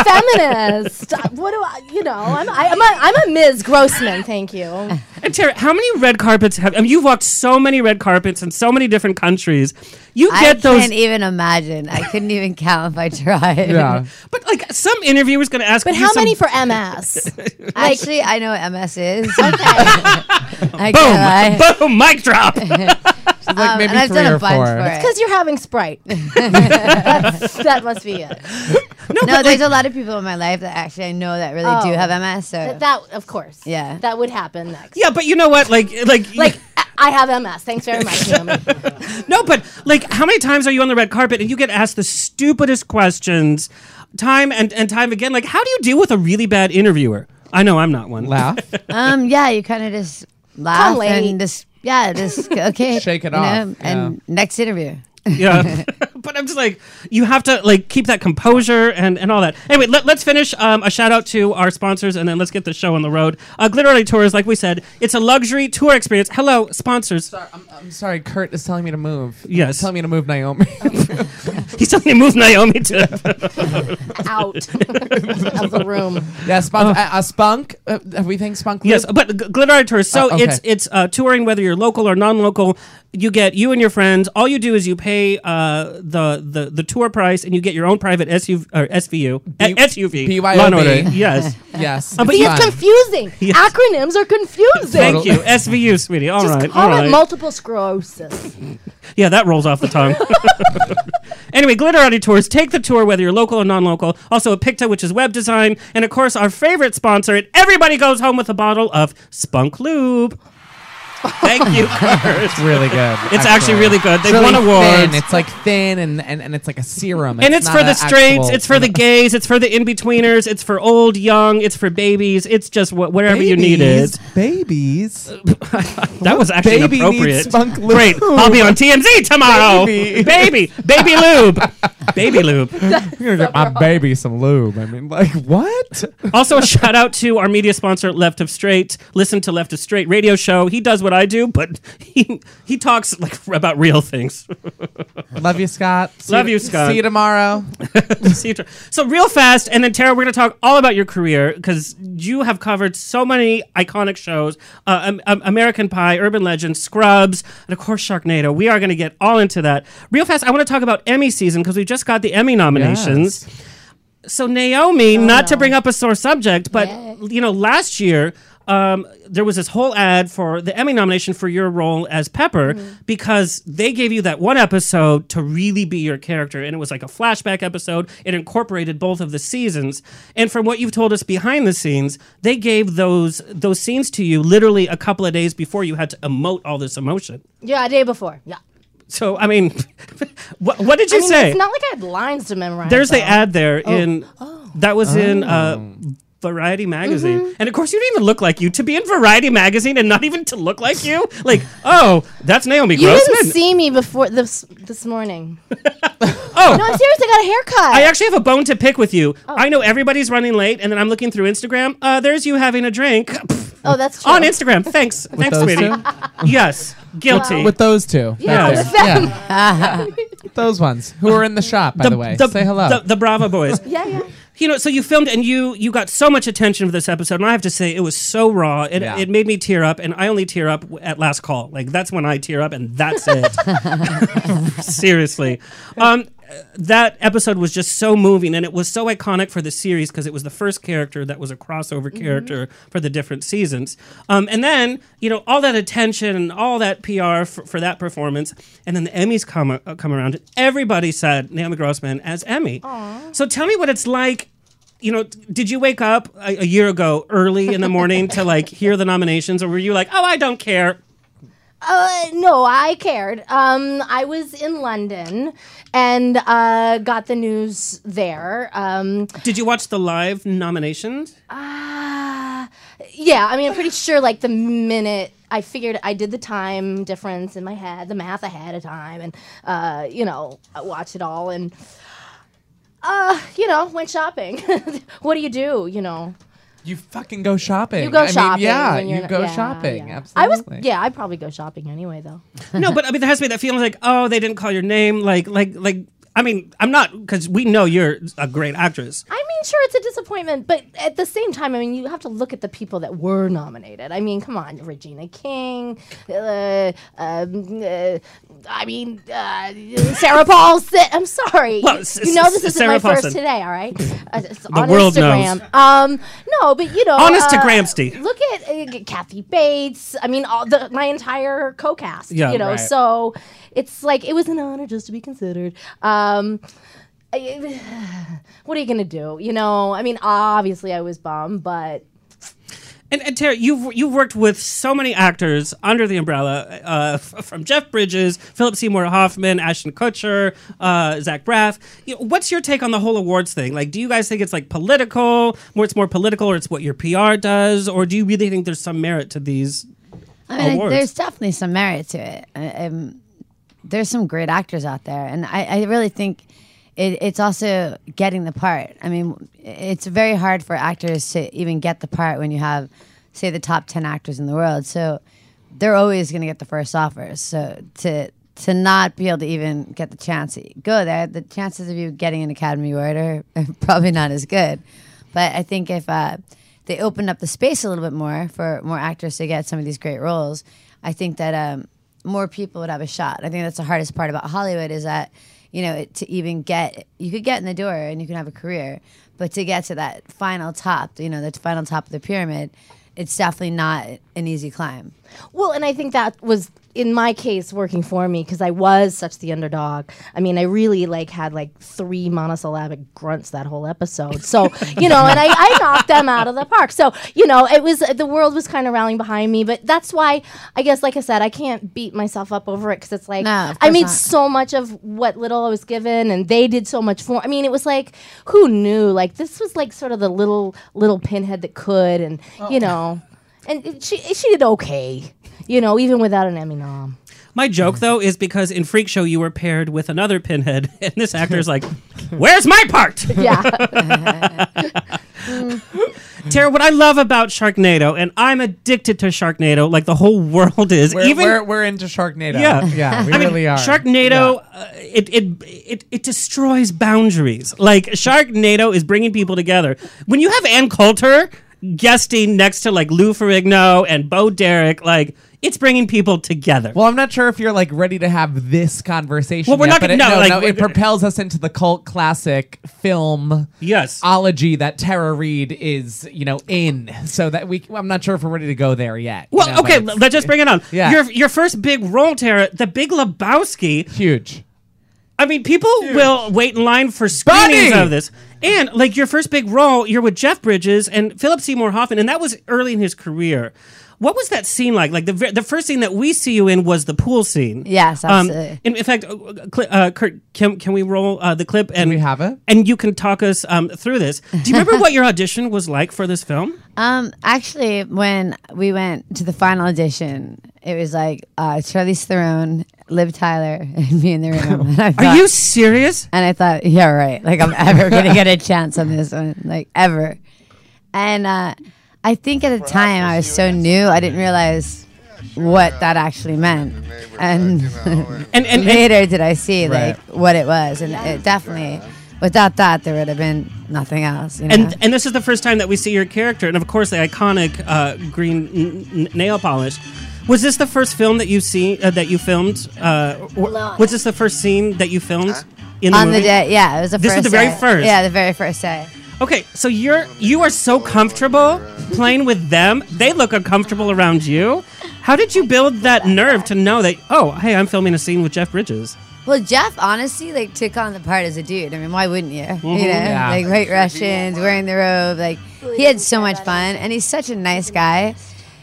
[SPEAKER 2] a feminist. What do I? You know, I'm I, I'm, a, I'm a Ms. Grossman. Thank you.
[SPEAKER 6] And Tara, how many red carpets have I mean, you've walked so many red carpets in so many different countries. You
[SPEAKER 9] I
[SPEAKER 6] get those
[SPEAKER 2] e-,
[SPEAKER 9] can't even imagine. I couldn't even count if I tried.
[SPEAKER 7] Yeah.
[SPEAKER 6] But like some interviewer's going to ask
[SPEAKER 2] But
[SPEAKER 6] you
[SPEAKER 2] how
[SPEAKER 6] some-
[SPEAKER 2] many for MS?
[SPEAKER 9] Actually, I know what MS is. I can't lie.
[SPEAKER 6] Boom! Boom! Mic drop.
[SPEAKER 7] It's like
[SPEAKER 9] Um,
[SPEAKER 7] maybe
[SPEAKER 9] and I've
[SPEAKER 7] three
[SPEAKER 9] done a
[SPEAKER 7] or
[SPEAKER 9] bunch
[SPEAKER 7] four.
[SPEAKER 9] for it.
[SPEAKER 2] Because you're having Sprite. That's, that must be it.
[SPEAKER 9] No, there's a lot of people in my life that actually I know that really do
[SPEAKER 2] Oh.
[SPEAKER 9] have MS. So
[SPEAKER 2] That, that- of course.
[SPEAKER 9] Yeah.
[SPEAKER 2] That would happen next.
[SPEAKER 6] yeah, but you know what? Like, like,
[SPEAKER 2] Like, I- I have MS. Thanks very much, Naomi.
[SPEAKER 6] no, but like, how many times are you on the red carpet and you get asked the stupidest questions, time and and time again? Like, how do you deal with a really bad interviewer? I know I'm not one.
[SPEAKER 7] Laugh.
[SPEAKER 9] um, yeah, you kind of just laugh
[SPEAKER 2] lady.
[SPEAKER 9] and just yeah, just okay,
[SPEAKER 7] Shake it
[SPEAKER 9] you
[SPEAKER 7] off,
[SPEAKER 9] and
[SPEAKER 7] yeah.
[SPEAKER 9] next interview.
[SPEAKER 6] Yeah, but I'm just like, you have to like keep that composure and and all that. Anyway, let, let's finish. Um, a shout out to our sponsors and then let's get the show on the road. Uh, Glitterati Tours, like we said, it's a luxury tour experience. Hello, sponsors.
[SPEAKER 7] I'm, I'm sorry, Kurt is telling me to move.
[SPEAKER 6] Yes.
[SPEAKER 7] He's telling me to move Naomi.
[SPEAKER 6] He's telling me to move Naomi to.
[SPEAKER 2] Out of the room.
[SPEAKER 7] yeah, Spunk. Uh, uh, spunk. Uh, have we think Spunk?
[SPEAKER 6] Oh. Yes,
[SPEAKER 7] lived?
[SPEAKER 6] but G- Glitterati Tours. So
[SPEAKER 7] Uh, okay.
[SPEAKER 6] it's it's uh, touring whether you're local or non-local. You get you and your friends. All you do is you pay uh, the, the the tour price, and you get your own private SUV or SVU
[SPEAKER 7] B-
[SPEAKER 6] uh, SUV.
[SPEAKER 7] BYOB.
[SPEAKER 6] Law and Order. Yes,
[SPEAKER 7] Yes.
[SPEAKER 6] Uh, but
[SPEAKER 2] See,
[SPEAKER 6] you
[SPEAKER 2] it's confusing. Acronyms are confusing.
[SPEAKER 6] thank you SVU, sweetie. All right,
[SPEAKER 2] Just
[SPEAKER 6] all
[SPEAKER 2] call
[SPEAKER 6] right.
[SPEAKER 2] it multiple sclerosis.
[SPEAKER 6] yeah, that rolls off the tongue. anyway, Glitterati Tours. Take the tour whether you're local or non-local. Also, Epicta, which is web design, and of course our favorite sponsor. And everybody goes home with a bottle of Spunk Lube. Thank you, Kurt.
[SPEAKER 7] It's really good.
[SPEAKER 6] It's actually really good. They
[SPEAKER 7] it's really
[SPEAKER 6] won awards.
[SPEAKER 7] Thin. It's like thin and, and, and it's like a serum.
[SPEAKER 6] and it's
[SPEAKER 7] not
[SPEAKER 6] for
[SPEAKER 7] a
[SPEAKER 6] the straights,
[SPEAKER 7] actual-
[SPEAKER 6] it's for the gays, it's for the in betweeners, it's for old, young, it's for babies, it's just wh- whatever you need it.
[SPEAKER 7] Babies.
[SPEAKER 6] That was actually
[SPEAKER 7] Baby needs
[SPEAKER 6] inappropriate.
[SPEAKER 7] spunk lube.
[SPEAKER 6] Great, I'll be on TMZ tomorrow.
[SPEAKER 7] Baby.
[SPEAKER 6] baby, baby lube, baby lube.
[SPEAKER 7] You're gonna get my baby some lube. I mean, like what?
[SPEAKER 6] Also, a shout out to our media sponsor, Left of Straight. Listen to Left of Straight radio show. He does what I do, but he he talks like about real things.
[SPEAKER 7] Love you, Scott. See
[SPEAKER 6] Love you, Scott.
[SPEAKER 7] See you tomorrow.
[SPEAKER 6] See you tomorrow. so real fast, and then Tara, we're gonna talk all about your career because you have covered so many iconic shows: uh, um, um, American Pie, Urban Legend, Scrubs, and of course Sharknado. We are gonna get all into that real fast. I want to talk about Emmy season because we just got the Emmy nominations. So Naomi, not
[SPEAKER 2] Oh.
[SPEAKER 6] to bring up a sore subject, but you know, last year um, there was this whole ad for the Emmy nomination for your role as Pepper
[SPEAKER 2] Mm-hmm.
[SPEAKER 6] because they gave you that one episode to really be your character, and it was like a flashback episode. It incorporated both of the seasons, and from what you've told us behind the scenes, they gave those those scenes to you literally a couple of days before you had to emote all this emotion.
[SPEAKER 2] Yeah, a day before. Yeah.
[SPEAKER 6] So I mean, what, what did you
[SPEAKER 2] I mean,
[SPEAKER 6] say?
[SPEAKER 2] it's not like I had lines to memorize.
[SPEAKER 6] There's the
[SPEAKER 2] though.
[SPEAKER 6] ad there in
[SPEAKER 2] Oh.
[SPEAKER 6] that was in uh,
[SPEAKER 7] Oh.
[SPEAKER 6] Variety magazine,
[SPEAKER 2] Mm-hmm.
[SPEAKER 6] and of course you didn't even look like you to be in Variety magazine and not even to look like you. Like, oh, that's Naomi
[SPEAKER 2] You
[SPEAKER 6] Grossman.
[SPEAKER 2] didn't see me before this this morning.
[SPEAKER 6] oh.
[SPEAKER 2] No, I'm serious. I got a haircut.
[SPEAKER 6] I actually have a bone to pick with you.
[SPEAKER 2] Oh.
[SPEAKER 6] I know everybody's running late, and then I'm looking through Instagram. Uh, there's you having a drink
[SPEAKER 2] oh, that's true.
[SPEAKER 6] on Instagram. Thanks, thanks,
[SPEAKER 7] those
[SPEAKER 6] sweetie. yes, guilty.
[SPEAKER 7] With those two.
[SPEAKER 6] Yeah,
[SPEAKER 7] Right
[SPEAKER 6] with
[SPEAKER 7] there. yeah. those ones who are in the shop, by the, way. Say hello.
[SPEAKER 6] The, the Bravo boys.
[SPEAKER 2] Yeah, yeah.
[SPEAKER 6] you know so you filmed and you you got so much attention for this episode and i have to say it was so raw it,
[SPEAKER 7] Yeah.
[SPEAKER 6] it made me tear up and i only tear up w- at last call like that's when i tear up and that's it seriously um that episode was just so moving and it was so iconic for the series because it was the first character that was a crossover character for the different seasons um, and then you know all that attention and all that pr for, for that performance and then the emmys come, uh, come around and everybody said naomi grossman as emmy so tell me what it's like you know, t- did you wake up a, a year ago early in the morning to like hear the nominations, or were you like, oh, I don't care?
[SPEAKER 2] Uh, no, I cared. Um, I was in London and uh, got the news there. Um,
[SPEAKER 6] Did you watch the live nominations?
[SPEAKER 2] Uh, yeah, I mean, I'm pretty sure, like, the minute I figured I did the time difference in my head, the math ahead of time, and, uh, you know, I watched it all and, uh, you know, went shopping. what do you do, you know?
[SPEAKER 7] you fucking go shopping.
[SPEAKER 2] You go
[SPEAKER 7] I mean,
[SPEAKER 2] shopping.
[SPEAKER 7] yeah,
[SPEAKER 2] when you're
[SPEAKER 7] you
[SPEAKER 2] not-
[SPEAKER 7] go
[SPEAKER 2] yeah,
[SPEAKER 7] shopping.
[SPEAKER 2] yeah. I was,
[SPEAKER 7] Absolutely.
[SPEAKER 2] yeah, I'd probably go shopping anyway, though.
[SPEAKER 6] no, but I mean, there has to be that feeling like, oh, they didn't call your name, like, like, like. I mean, I'm not because we know you're a great actress.
[SPEAKER 2] I mean, sure, it's a disappointment, but at the same time, I mean, you have to look at the people that were nominated. I mean, come on, Regina King, uh, um, uh, I mean, uh, Sarah Paulson. I'm sorry.
[SPEAKER 6] Well,
[SPEAKER 2] you,
[SPEAKER 6] s-
[SPEAKER 2] you know
[SPEAKER 6] s-
[SPEAKER 2] this isn't
[SPEAKER 6] Sarah
[SPEAKER 2] my
[SPEAKER 6] Paulson.
[SPEAKER 2] first today, all right? Uh, it's
[SPEAKER 6] The world
[SPEAKER 2] Instagram.
[SPEAKER 6] knows.
[SPEAKER 2] Um, no, but you know,
[SPEAKER 6] Honest to
[SPEAKER 2] uh,
[SPEAKER 6] Gramsci.
[SPEAKER 2] Look at uh, Kathy Bates. I mean, all the my entire co-cast.
[SPEAKER 6] Yeah,
[SPEAKER 2] you know,
[SPEAKER 6] right.
[SPEAKER 2] so it's like it was an honor just to be considered. Um, I- what are you gonna do? You know, I mean, obviously I was bummed, but
[SPEAKER 6] And, and Tara, you've you've worked with so many actors under the umbrella, uh, f- from Jeff Bridges, Philip Seymour Hoffman, Ashton Kutcher, uh, Zach Braff. You know, what's your take on the whole awards thing? Like, do you guys think it's like political, where it's more political, or it's what your PR does, or do you really think there's some merit to these?
[SPEAKER 7] Oh,
[SPEAKER 9] I mean, I-
[SPEAKER 6] awards.
[SPEAKER 9] there's definitely some merit to it. I- um, there's some great actors out there, and I, I really think it, it's also getting the part. I mean, it's very hard for actors to even get the part when you have, say, the top ten actors in the world. So they're always going to get the first offers. So to to not be able to even get the chance to go there, the chances of you getting an Academy Award are probably not as good. But I think if uh, they opened up the space a little bit more for more actors to get some of these great roles, I think that um, more people would have a shot. I think that's the hardest part about Hollywood is that you know it, to even get you could get in the door and you can have a career, but to get to that final top, you know, the final top of the pyramid, it's definitely not an easy climb.
[SPEAKER 2] well, and I think that was in my case working for me because I was such the underdog. I mean, I really like had like three monosyllabic grunts that whole episode. So you know, and I, I knocked them out of the park. So you know, it was the world was kind of rallying behind me, but that's why I guess, like I said, I can't beat myself up over it because it's like
[SPEAKER 9] No, of
[SPEAKER 2] I
[SPEAKER 9] course
[SPEAKER 2] made
[SPEAKER 9] not.
[SPEAKER 2] so much of what little I was given, and they did so much for. I mean, it was like who knew? Like this was like sort of the little little pinhead that could, and you know, and it- she she did okay. You know, even without an Emmy nom.
[SPEAKER 6] My joke though is because in Freak Show you were paired with another pinhead, and this actor's like, "Where's my part?"
[SPEAKER 2] Yeah.
[SPEAKER 6] Tara, what I love about Sharknado, and I'm addicted to Sharknado, like the whole world is.
[SPEAKER 7] We're,
[SPEAKER 6] even
[SPEAKER 7] we're, we're into Sharknado.
[SPEAKER 6] Yeah.
[SPEAKER 8] Yeah, we
[SPEAKER 6] I mean,
[SPEAKER 8] really are.
[SPEAKER 6] Sharknado, uh, it, it it it destroys boundaries. Like Sharknado is bringing people together. When you have Ann Coulter guesting next to like Lou Ferrigno and Bo Derek, like it's bringing people together.
[SPEAKER 7] Well, I'm not sure if you're like ready to have this conversation.
[SPEAKER 6] Well, we're not
[SPEAKER 7] yet, But
[SPEAKER 6] gonna-
[SPEAKER 7] it,
[SPEAKER 6] no,
[SPEAKER 7] no,
[SPEAKER 6] like,
[SPEAKER 7] no,
[SPEAKER 6] we're-
[SPEAKER 7] it propels us into the cult classic film
[SPEAKER 6] yes.
[SPEAKER 7] ology that Tara Reid is, you know, in. So that we, I'm not sure if we're ready to go there yet. you
[SPEAKER 6] well,
[SPEAKER 7] know, but
[SPEAKER 6] okay,
[SPEAKER 7] it's
[SPEAKER 6] let's just bring it on.
[SPEAKER 7] Yeah.
[SPEAKER 6] Your your first big role, Tara, the Big Lebowski.
[SPEAKER 7] huge.
[SPEAKER 6] I mean, people will wait in line for screenings
[SPEAKER 7] Buddy!
[SPEAKER 6] of this. And like your first big role, you're with Jeff Bridges and Philip Seymour Hoffman, and that was early in his career. What was that scene like? Like the ver- the first scene that we see you in was the pool scene.
[SPEAKER 9] Yes, absolutely.
[SPEAKER 6] Um, in, in fact, uh, uh, cli- uh, Kurt, can can we roll uh, the clip and
[SPEAKER 7] we have it?
[SPEAKER 6] And you can talk us um, through this. Do you remember what your audition was like for this film?
[SPEAKER 9] Um, actually, when we went to the final edition, it was like uh, Charlize Theron, Liv Tyler, and me in the room. And I
[SPEAKER 6] Are
[SPEAKER 9] thought-
[SPEAKER 6] you serious?
[SPEAKER 9] And I thought, yeah, right. Like I'm ever gonna get a chance on this one, like ever. And uh, I think at the time I was so new, I didn't realize what that actually meant. And
[SPEAKER 6] And and, and
[SPEAKER 9] later did I see like
[SPEAKER 7] Right.
[SPEAKER 9] what it was, and it definitely, without that, there would have been nothing else. You know?
[SPEAKER 6] And, and this is the first time that we see your character, and of course the iconic uh, green n- n- nail polish. Was this the first film that you see uh, that you filmed? Uh, or- was this the first scene that you filmed in the
[SPEAKER 9] on the
[SPEAKER 6] movie?
[SPEAKER 9] day, yeah, it was the
[SPEAKER 6] This was
[SPEAKER 9] first.
[SPEAKER 6] the very
[SPEAKER 9] day.
[SPEAKER 6] first.
[SPEAKER 9] Yeah, the very first day.
[SPEAKER 6] Okay, so you're you are so comfortable playing with them. They look uncomfortable around you. How did you build that nerve to know that? Oh, hey, I'm filming a scene with Jeff Bridges.
[SPEAKER 9] Well, Jeff honestly like took on the part as a dude. I mean, why wouldn't you? You know,
[SPEAKER 7] Yeah.
[SPEAKER 9] like white Russians wearing the robe. Like he had so much fun, and he's such a nice guy.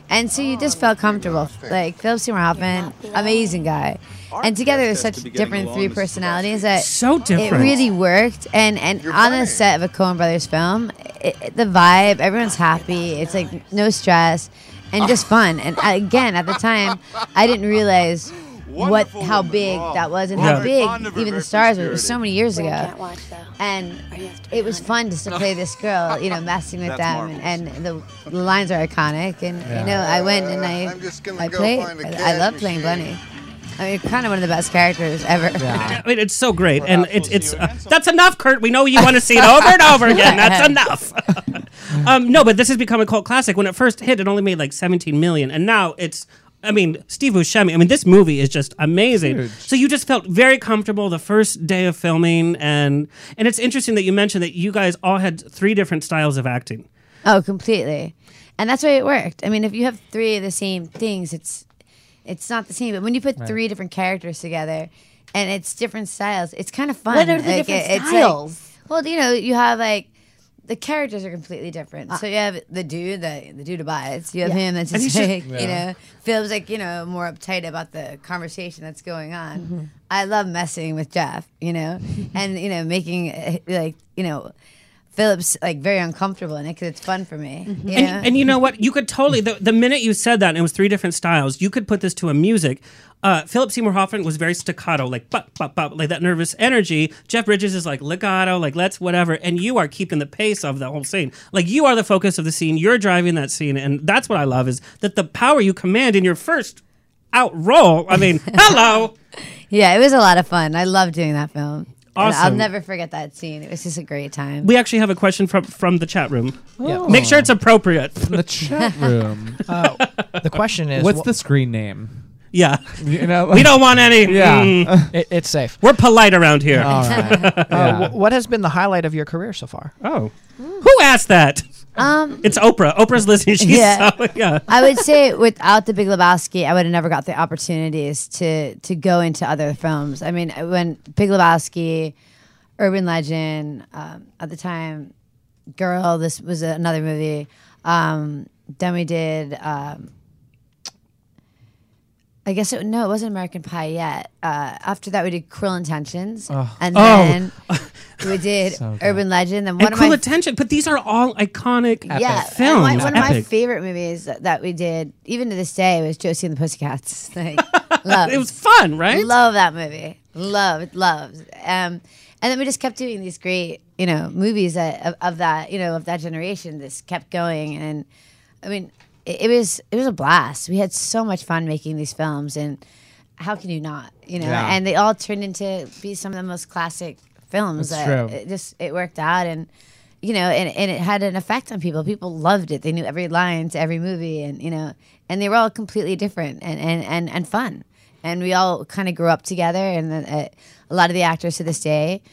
[SPEAKER 9] And so you just felt comfortable. Like Philip Seymour Hoffman, amazing guy. And together they're such different three personalities that
[SPEAKER 6] So different.
[SPEAKER 9] It really worked. And and on the set of a Coen Brothers film, it, it- the vibe, everyone's happy. It's like no stress and just fun. And again, at the time, I didn't realize what
[SPEAKER 10] Wonderful
[SPEAKER 9] how
[SPEAKER 10] woman,
[SPEAKER 9] big
[SPEAKER 10] raw.
[SPEAKER 9] that was and
[SPEAKER 6] Yeah.
[SPEAKER 9] how
[SPEAKER 6] Very
[SPEAKER 9] big
[SPEAKER 10] fond of her,
[SPEAKER 9] even the
[SPEAKER 10] very
[SPEAKER 9] stars were. It was
[SPEAKER 10] spirited.
[SPEAKER 9] so many years ago.
[SPEAKER 10] can't
[SPEAKER 9] And it was fun just to play this girl, you know, messing with
[SPEAKER 10] That's
[SPEAKER 9] them, and, and the, the lines are iconic. And you know, I went and I,
[SPEAKER 10] Uh, I'm just gonna
[SPEAKER 9] I
[SPEAKER 10] go
[SPEAKER 9] played.
[SPEAKER 10] find a
[SPEAKER 9] I, I
[SPEAKER 10] cash
[SPEAKER 9] love playing
[SPEAKER 10] machine.
[SPEAKER 9] Bunny. I mean, kind of one of the best characters ever.
[SPEAKER 7] Yeah.
[SPEAKER 6] I mean, it's so great, and it's it's uh, that's enough, Kurt. We know you want to see it over and over again. That's enough. um, no, but this has become a cult classic. When it first hit, it only made like 17 million, and now it's. I mean, Steve Buscemi. I mean, this movie is just amazing. So you just felt very comfortable the first day of filming, and and it's interesting that you mentioned that you guys all had three different styles of acting.
[SPEAKER 9] Oh, completely. And that's why it worked. I mean, if you have three of the same things, it's it's not the same. But when you put three different characters together and it's different styles, it's kind of fun.
[SPEAKER 2] What are the different
[SPEAKER 9] like-
[SPEAKER 2] styles?
[SPEAKER 9] well, you know, you have like the characters are completely different.
[SPEAKER 2] Ah.
[SPEAKER 9] so you have the dude, the the dude abides. You have him that's just like, you know, feels like, you know, more uptight about the conversation that's going on.
[SPEAKER 6] Mm-hmm.
[SPEAKER 9] I love messing with Jeff, you know, and, you know, making uh, like, you know, Philip's like very uncomfortable in it because it's fun for me. You know?
[SPEAKER 6] Mm-hmm. And, and you know what? You could totally the, the minute you said that, and it was three different styles. You could put this to a music. Uh, Philip Seymour Hoffman was very staccato, like bop bop bop, like that nervous energy. Jeff Bridges is like legato, like let's whatever. And you are keeping the pace of the whole scene. Like you are the focus of the scene. You're driving that scene, and that's what I love is that the power you command in your first out roll. I mean, hello.
[SPEAKER 9] yeah, it was a lot of fun. I love doing that film. And I'll
[SPEAKER 6] Awesome.
[SPEAKER 9] never forget that scene. It was just a great time.
[SPEAKER 6] We actually have a question from from the chat room. Make sure it's appropriate.
[SPEAKER 7] The chat room.
[SPEAKER 8] The question is,
[SPEAKER 7] What's
[SPEAKER 8] wh-
[SPEAKER 7] the screen name?
[SPEAKER 6] yeah,
[SPEAKER 7] You know,
[SPEAKER 6] we don't want any.
[SPEAKER 7] Yeah.
[SPEAKER 6] mm,
[SPEAKER 8] it, it's safe.
[SPEAKER 6] we're polite around here.
[SPEAKER 7] All right.
[SPEAKER 9] Hmm.
[SPEAKER 8] Uh, wh- what has been the highlight of your career so far?
[SPEAKER 6] Oh. Who asked that?
[SPEAKER 9] Um,
[SPEAKER 6] It's Oprah. Oprah's listening. She's
[SPEAKER 9] Yeah.
[SPEAKER 6] so- yeah.
[SPEAKER 9] I would say without the Big Lebowski, I would have never got the opportunities to to go into other films. I mean, when Big Lebowski, Urban Legend, um, at the time, Girl, this was another movie. Um, then we did. Um, I guess it, no, it wasn't American Pie yet. Uh, after that, we did Cruel Intentions, and
[SPEAKER 6] Oh.
[SPEAKER 9] then we did
[SPEAKER 7] So good.
[SPEAKER 9] Urban Legend. And one
[SPEAKER 6] And
[SPEAKER 9] of
[SPEAKER 6] cool
[SPEAKER 9] my
[SPEAKER 6] attention, but these are all iconic
[SPEAKER 9] yeah,
[SPEAKER 6] films.
[SPEAKER 9] And one, one of my
[SPEAKER 6] Epic.
[SPEAKER 9] favorite movies that, that we did, even to this day, was Josie and the Pussycats. Like, love,
[SPEAKER 6] it was fun, right?
[SPEAKER 9] love that movie, loved, loved. Um, and then we just kept doing these great, you know, movies that, of, of that, you know, of that generation. This kept going, and I mean, it, it was it was a blast. We had so much fun making these films, and how can you not, you know?
[SPEAKER 7] Yeah.
[SPEAKER 9] And they all turned into be some of the most classic films.
[SPEAKER 7] That's
[SPEAKER 9] that
[SPEAKER 7] true.
[SPEAKER 9] It just it worked out, and you know, and, and it had an effect on people. People loved it. They knew every line to every movie, and you know, and they were all completely different and and and, and fun. And we all kind of grew up together, and then, uh, a lot of the actors to this day.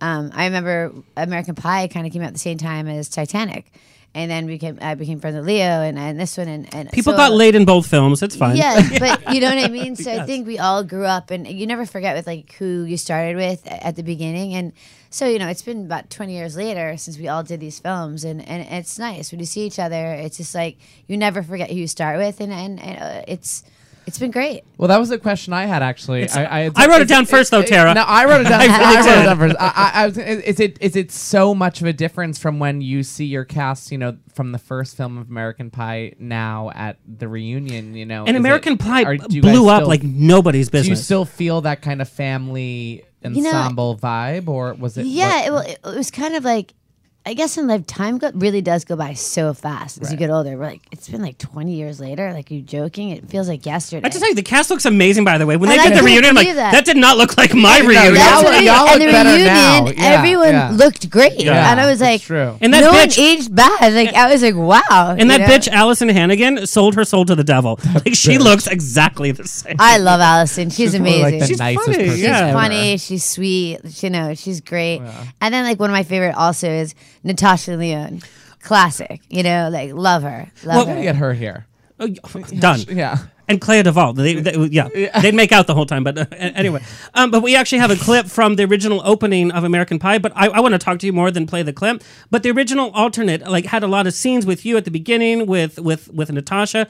[SPEAKER 9] Um, I remember American Pie kind of came out at the same time as Titanic, and then we became I became friends with Leo, and, and this one, and, and
[SPEAKER 6] People
[SPEAKER 9] so-
[SPEAKER 6] got laid in both films. It's fine.
[SPEAKER 9] yeah, but you know what I mean. So I think we all grew up, and you never forget with like who you started with a- at the beginning. And so you know, it's been about twenty years later since we all did these films, and and it's nice when you see each other. It's just like you never forget who you start with, and and, and uh, it's it's been great.
[SPEAKER 7] Well, that was the question I had actually. I, I, had-
[SPEAKER 6] I wrote it
[SPEAKER 7] is-
[SPEAKER 6] down
[SPEAKER 7] is-
[SPEAKER 6] first, though,
[SPEAKER 7] is-
[SPEAKER 6] Tara.
[SPEAKER 7] No, I wrote it down. I,
[SPEAKER 6] really
[SPEAKER 7] wrote it
[SPEAKER 6] did.
[SPEAKER 7] down first. I, I, I was, is it is it so much of a difference from when you see your cast, you know, from the first film of American Pie now at the reunion, you know,
[SPEAKER 6] And
[SPEAKER 7] is
[SPEAKER 6] American
[SPEAKER 7] it-
[SPEAKER 6] Pie
[SPEAKER 7] are-
[SPEAKER 6] b-
[SPEAKER 7] do you guys
[SPEAKER 6] blew up
[SPEAKER 7] still-
[SPEAKER 6] like nobody's
[SPEAKER 7] Do you
[SPEAKER 6] business.
[SPEAKER 7] still feel that kind of family
[SPEAKER 9] know,
[SPEAKER 7] ensemble vibe, or was it?
[SPEAKER 9] Yeah,
[SPEAKER 7] what-
[SPEAKER 9] it, well, it, it was kind of like, I guess in life, time go, really does go by so fast as
[SPEAKER 7] Right.
[SPEAKER 9] you get older. We're like, it's been like 20 years later. Like, you're joking. It feels like yesterday.
[SPEAKER 6] I just tell you, the cast looks amazing. By the way, when
[SPEAKER 9] And
[SPEAKER 6] they
[SPEAKER 9] I
[SPEAKER 6] did the
[SPEAKER 9] couldn't
[SPEAKER 6] reunion, I'm like
[SPEAKER 9] believe that.
[SPEAKER 6] that did not look like my reunion.
[SPEAKER 7] Y'all
[SPEAKER 9] That's
[SPEAKER 7] look-
[SPEAKER 9] what I mean.
[SPEAKER 7] y'all
[SPEAKER 9] And the
[SPEAKER 7] look better
[SPEAKER 9] reunion,
[SPEAKER 7] now. Yeah,
[SPEAKER 9] everyone
[SPEAKER 7] yeah.
[SPEAKER 9] looked great,
[SPEAKER 7] Yeah.
[SPEAKER 9] and I was
[SPEAKER 7] That's
[SPEAKER 9] like,
[SPEAKER 7] true.
[SPEAKER 6] And that
[SPEAKER 9] no
[SPEAKER 6] bitch-
[SPEAKER 9] one aged bad. Like I was like, wow.
[SPEAKER 6] And
[SPEAKER 9] you
[SPEAKER 6] that
[SPEAKER 9] know?
[SPEAKER 6] bitch, Allison Hannigan, sold her soul to the devil. Like she looks exactly the same.
[SPEAKER 9] I love Allison. She's,
[SPEAKER 7] She's
[SPEAKER 9] amazing.
[SPEAKER 7] Really, like, the
[SPEAKER 6] She's
[SPEAKER 7] nicest
[SPEAKER 6] funny,
[SPEAKER 7] person
[SPEAKER 6] yeah.
[SPEAKER 7] ever.
[SPEAKER 9] funny. She's sweet. You know, she's great. And then like one of my favorite also is Natasha Leon. Classic. You know, like love her. Love
[SPEAKER 7] I'm gonna
[SPEAKER 9] her.
[SPEAKER 7] get her here.
[SPEAKER 6] Oh, y- Done.
[SPEAKER 7] Yeah.
[SPEAKER 6] And Clea Duvall. They, they, yeah, they'd make out the whole time. But uh, anyway, um, but we actually have a clip from the original opening of American Pie. But I, I want to talk to you more than play the clip. But the original alternate like had a lot of scenes with you at the beginning with with with Natasha.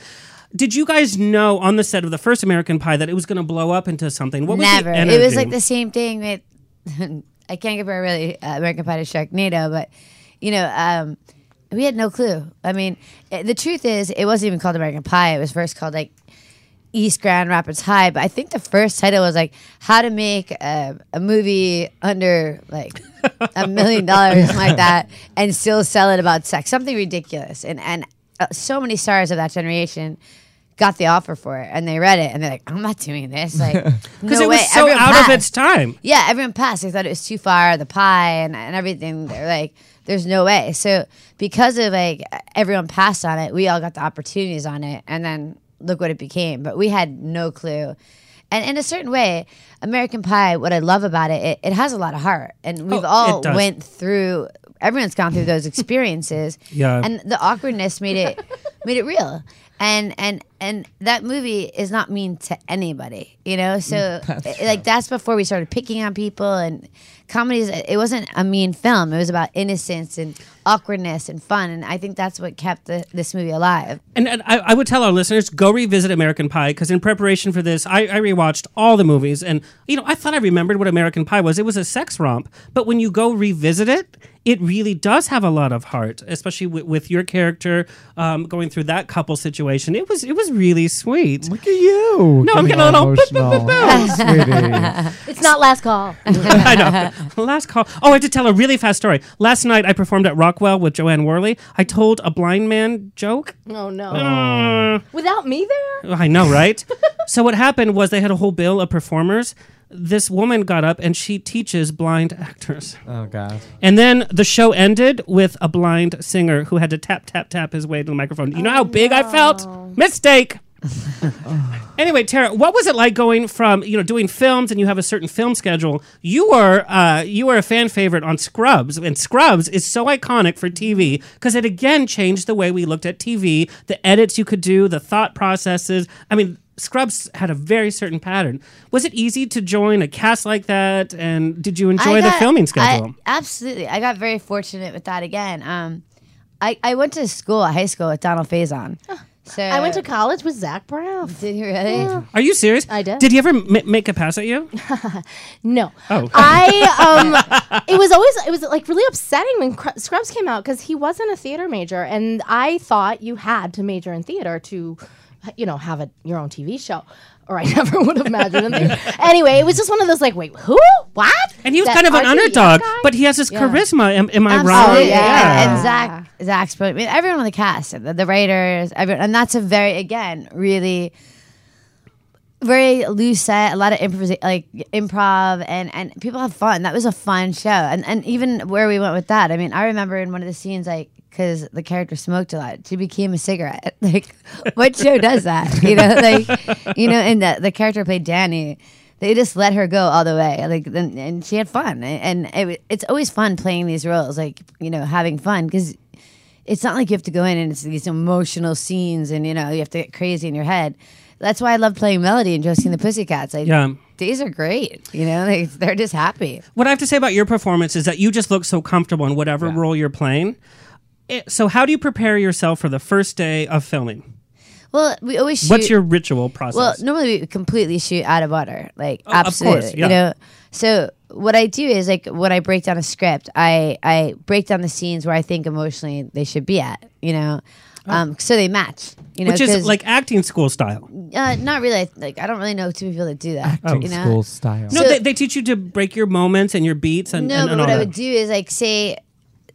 [SPEAKER 6] Did you guys know on the set of the first American Pie that it was going to blow up into something? What was
[SPEAKER 9] Never.
[SPEAKER 6] The
[SPEAKER 9] It was
[SPEAKER 6] energy?
[SPEAKER 9] like the same thing with I can't compare really uh, American Pie to Sharknado, but you know, um, we had no clue. I mean, it, the truth is, it wasn't even called American Pie. It was first called like East Grand Rapids High, but I think the first title was like "How to Make a, a Movie Under Like a Million Dollars," something like that, and still sell it about sex, something ridiculous. And and uh, so many stars of that generation got the offer for it, and they read it, and they're like, "I'm not doing this." Like,
[SPEAKER 6] because
[SPEAKER 9] no
[SPEAKER 6] it
[SPEAKER 9] way.
[SPEAKER 6] was so
[SPEAKER 9] Everyone
[SPEAKER 6] out
[SPEAKER 9] passed.
[SPEAKER 6] of its time.
[SPEAKER 9] Yeah, everyone passed. They thought it was too far, the pie and, and everything. They're like, there's no way. So because of like everyone passed on it, we all got the opportunities on it, and then look what it became. But we had no clue. And in a certain way, American Pie, what I love about it, it, it has a lot of heart, and we've
[SPEAKER 6] Oh,
[SPEAKER 9] all
[SPEAKER 6] it does.
[SPEAKER 9] went through. Everyone's gone through those experiences,
[SPEAKER 6] Yeah.
[SPEAKER 9] and the awkwardness made it made it real. And and and that movie is not mean to anybody, you
[SPEAKER 6] Mm,
[SPEAKER 9] know. So it- like that's before we started picking on people and comedies. It wasn't a mean film. It was about innocence and awkwardness and fun. And I think that's what kept the, this movie alive.
[SPEAKER 6] And, and I, I would tell our listeners go revisit American Pie because in preparation for this, I, I rewatched all the movies, and you know I thought I remembered what American Pie was. It was a sex romp, but when you go revisit it, it really does have a lot of heart, especially with, with your character um, going through that couple situation. It was it was really sweet.
[SPEAKER 7] Look at you.
[SPEAKER 6] No, I'm getting a little-
[SPEAKER 7] emotional, sweetie.
[SPEAKER 2] It's not last call.
[SPEAKER 6] I know. Last call. Oh, I did tell a really fast story. Last night I performed at Rockwell with Joanne Worley. I told a blind man joke.
[SPEAKER 2] oh no. Without me there?
[SPEAKER 6] I know, right? so what happened was they had a whole bill of performers. This woman got up and she teaches blind actors.
[SPEAKER 7] Oh god.
[SPEAKER 6] And then the show ended with
[SPEAKER 9] Oh,
[SPEAKER 6] a blind singer who had to tap, tap, tap his way to the microphone. You know how big I felt? Mistake. Anyway, Tara, what was it like going from you know doing films and you have a certain film schedule? You were uh, you were a fan favorite on Scrubs, and Scrubs is so iconic for TV because it again changed the way we looked at TV, the edits you could do, the thought processes. I mean, Scrubs had a very certain pattern. Was it easy to join a cast like that, and did you enjoy
[SPEAKER 9] I
[SPEAKER 6] the
[SPEAKER 9] got-
[SPEAKER 6] filming
[SPEAKER 9] I-
[SPEAKER 6] schedule?
[SPEAKER 9] absolutely. I got very fortunate with that again. Um, I, I went to school, high school, with Donald Faison. So
[SPEAKER 2] I went to college with Zach Braff.
[SPEAKER 9] Did you really?
[SPEAKER 6] Are you serious?
[SPEAKER 2] I did.
[SPEAKER 6] Did he ever m- make a pass at you?
[SPEAKER 2] No.
[SPEAKER 6] Oh.
[SPEAKER 2] I um it was always it was like really upsetting when Cr- Scrubs came out cuz he wasn't a theater major and I thought you had to major in theater to you know have a, your own TV show or I never would have imagined it. anyway, it was just one of those like wait, who? What?
[SPEAKER 6] And he was
[SPEAKER 2] That
[SPEAKER 6] kind of an
[SPEAKER 2] RTE
[SPEAKER 6] underdog,
[SPEAKER 2] guy?
[SPEAKER 6] but he has this charisma. Am, am I wrong?
[SPEAKER 9] Absolutely.
[SPEAKER 2] Oh, yeah.
[SPEAKER 9] And, and Zach, Zach's, I mean, everyone on the cast, the, the writers, everyone, and that's a very, again, really very loose set, a lot of improv, like improv, and and people have fun. That was a fun show, and and even where we went with that. I mean, I remember in one of the scenes, like because the character smoked a lot, she became a cigarette. Like, what show does that? You know, like you know, and the the character played Danny. They just let her go all the way, like, and, and she had fun. And it, wa- it's always fun playing these roles, like you know, having fun because it's not like you have to go in and it's these emotional scenes and you know you have to get crazy in your head that's why i love playing melody and josie and the pussycats like
[SPEAKER 6] Yeah.
[SPEAKER 9] these are great you know like, they're just happy
[SPEAKER 6] What I have to say about your performance is that you just look so comfortable in whatever role you're playing. It- so, how do you prepare yourself for the first day of filming?
[SPEAKER 9] well we always shoot
[SPEAKER 6] What's your ritual process? Oh,
[SPEAKER 9] well normally we completely shoot out of order like
[SPEAKER 6] of
[SPEAKER 9] absolutely
[SPEAKER 6] course, yeah.
[SPEAKER 9] you know so what i do is like when i break down a script i i break down the scenes where i think emotionally they should be at you know um, so they match, you
[SPEAKER 6] Oh.
[SPEAKER 9] know,
[SPEAKER 6] Which
[SPEAKER 9] 'cause,
[SPEAKER 6] is like acting school style. No,
[SPEAKER 9] uh, not really. Like I don't really know two people that do that.
[SPEAKER 7] Oh.
[SPEAKER 6] Oh.
[SPEAKER 9] you know?
[SPEAKER 7] school style.
[SPEAKER 9] So-
[SPEAKER 6] they, they teach you to break your moments and your beats and,
[SPEAKER 9] No,
[SPEAKER 6] and,
[SPEAKER 9] but
[SPEAKER 6] and
[SPEAKER 9] what
[SPEAKER 6] all
[SPEAKER 9] I
[SPEAKER 6] that.
[SPEAKER 9] would do is like say,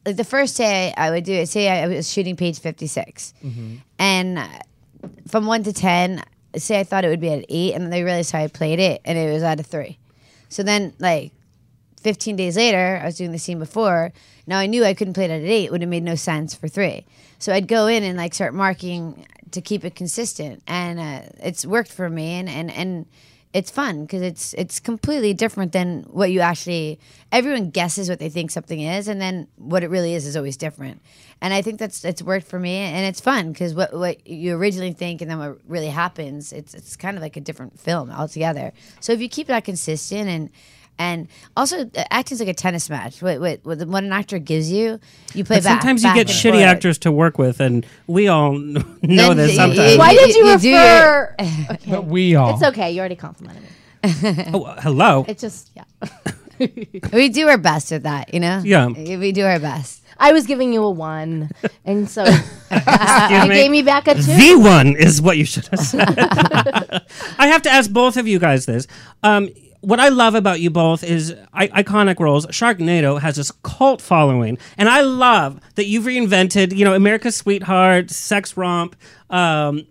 [SPEAKER 9] like the first day I would do it. Say I was shooting page fifty
[SPEAKER 6] Mm-hmm.
[SPEAKER 9] and uh, from one to ten, say I thought it would be at an eight, and then I realized how I played it, and it was at a three. So then, like fifteen days later, I was doing the scene before. Now I knew I couldn't play it at an eight; would have made no sense for three. So I'd go in and like start marking to keep it consistent, and uh, it's worked for me, and and and. It's fun because it's it's completely different than what you actually. Everyone guesses what they think something is, and then what it really is is always different and I think that's it's worked for me, and it's fun because what what you originally think and then what really happens, it's it's kind of like a different film altogether. So if you keep that consistent and and also uh, acting's like a tennis match. What what what, the- what an actor gives you, you play
[SPEAKER 6] But
[SPEAKER 9] back.
[SPEAKER 6] sometimes
[SPEAKER 9] back
[SPEAKER 6] you get
[SPEAKER 9] and
[SPEAKER 6] shitty
[SPEAKER 9] forth.
[SPEAKER 6] actors to work with, and we all know
[SPEAKER 9] Then
[SPEAKER 6] this
[SPEAKER 9] you-
[SPEAKER 6] sometimes.
[SPEAKER 2] Why did you,
[SPEAKER 9] You- you do
[SPEAKER 2] refer? okay.
[SPEAKER 7] But we all.
[SPEAKER 2] It's okay. You already complimented me.
[SPEAKER 6] Oh, hello.
[SPEAKER 2] It's just yeah.
[SPEAKER 9] We do our best with that, you know.
[SPEAKER 6] Yeah.
[SPEAKER 9] we do our best.
[SPEAKER 2] I was giving you a 1 and so
[SPEAKER 6] Excuse
[SPEAKER 2] you
[SPEAKER 6] me.
[SPEAKER 2] gave me back a 2.
[SPEAKER 6] The one is what you should have said. I have to ask both of you guys this. Um, what I love about you both is I- iconic roles. Sharknado has this cult following, and I love that you've reinvented, you know, America's Sweetheart, Sex Romp, um,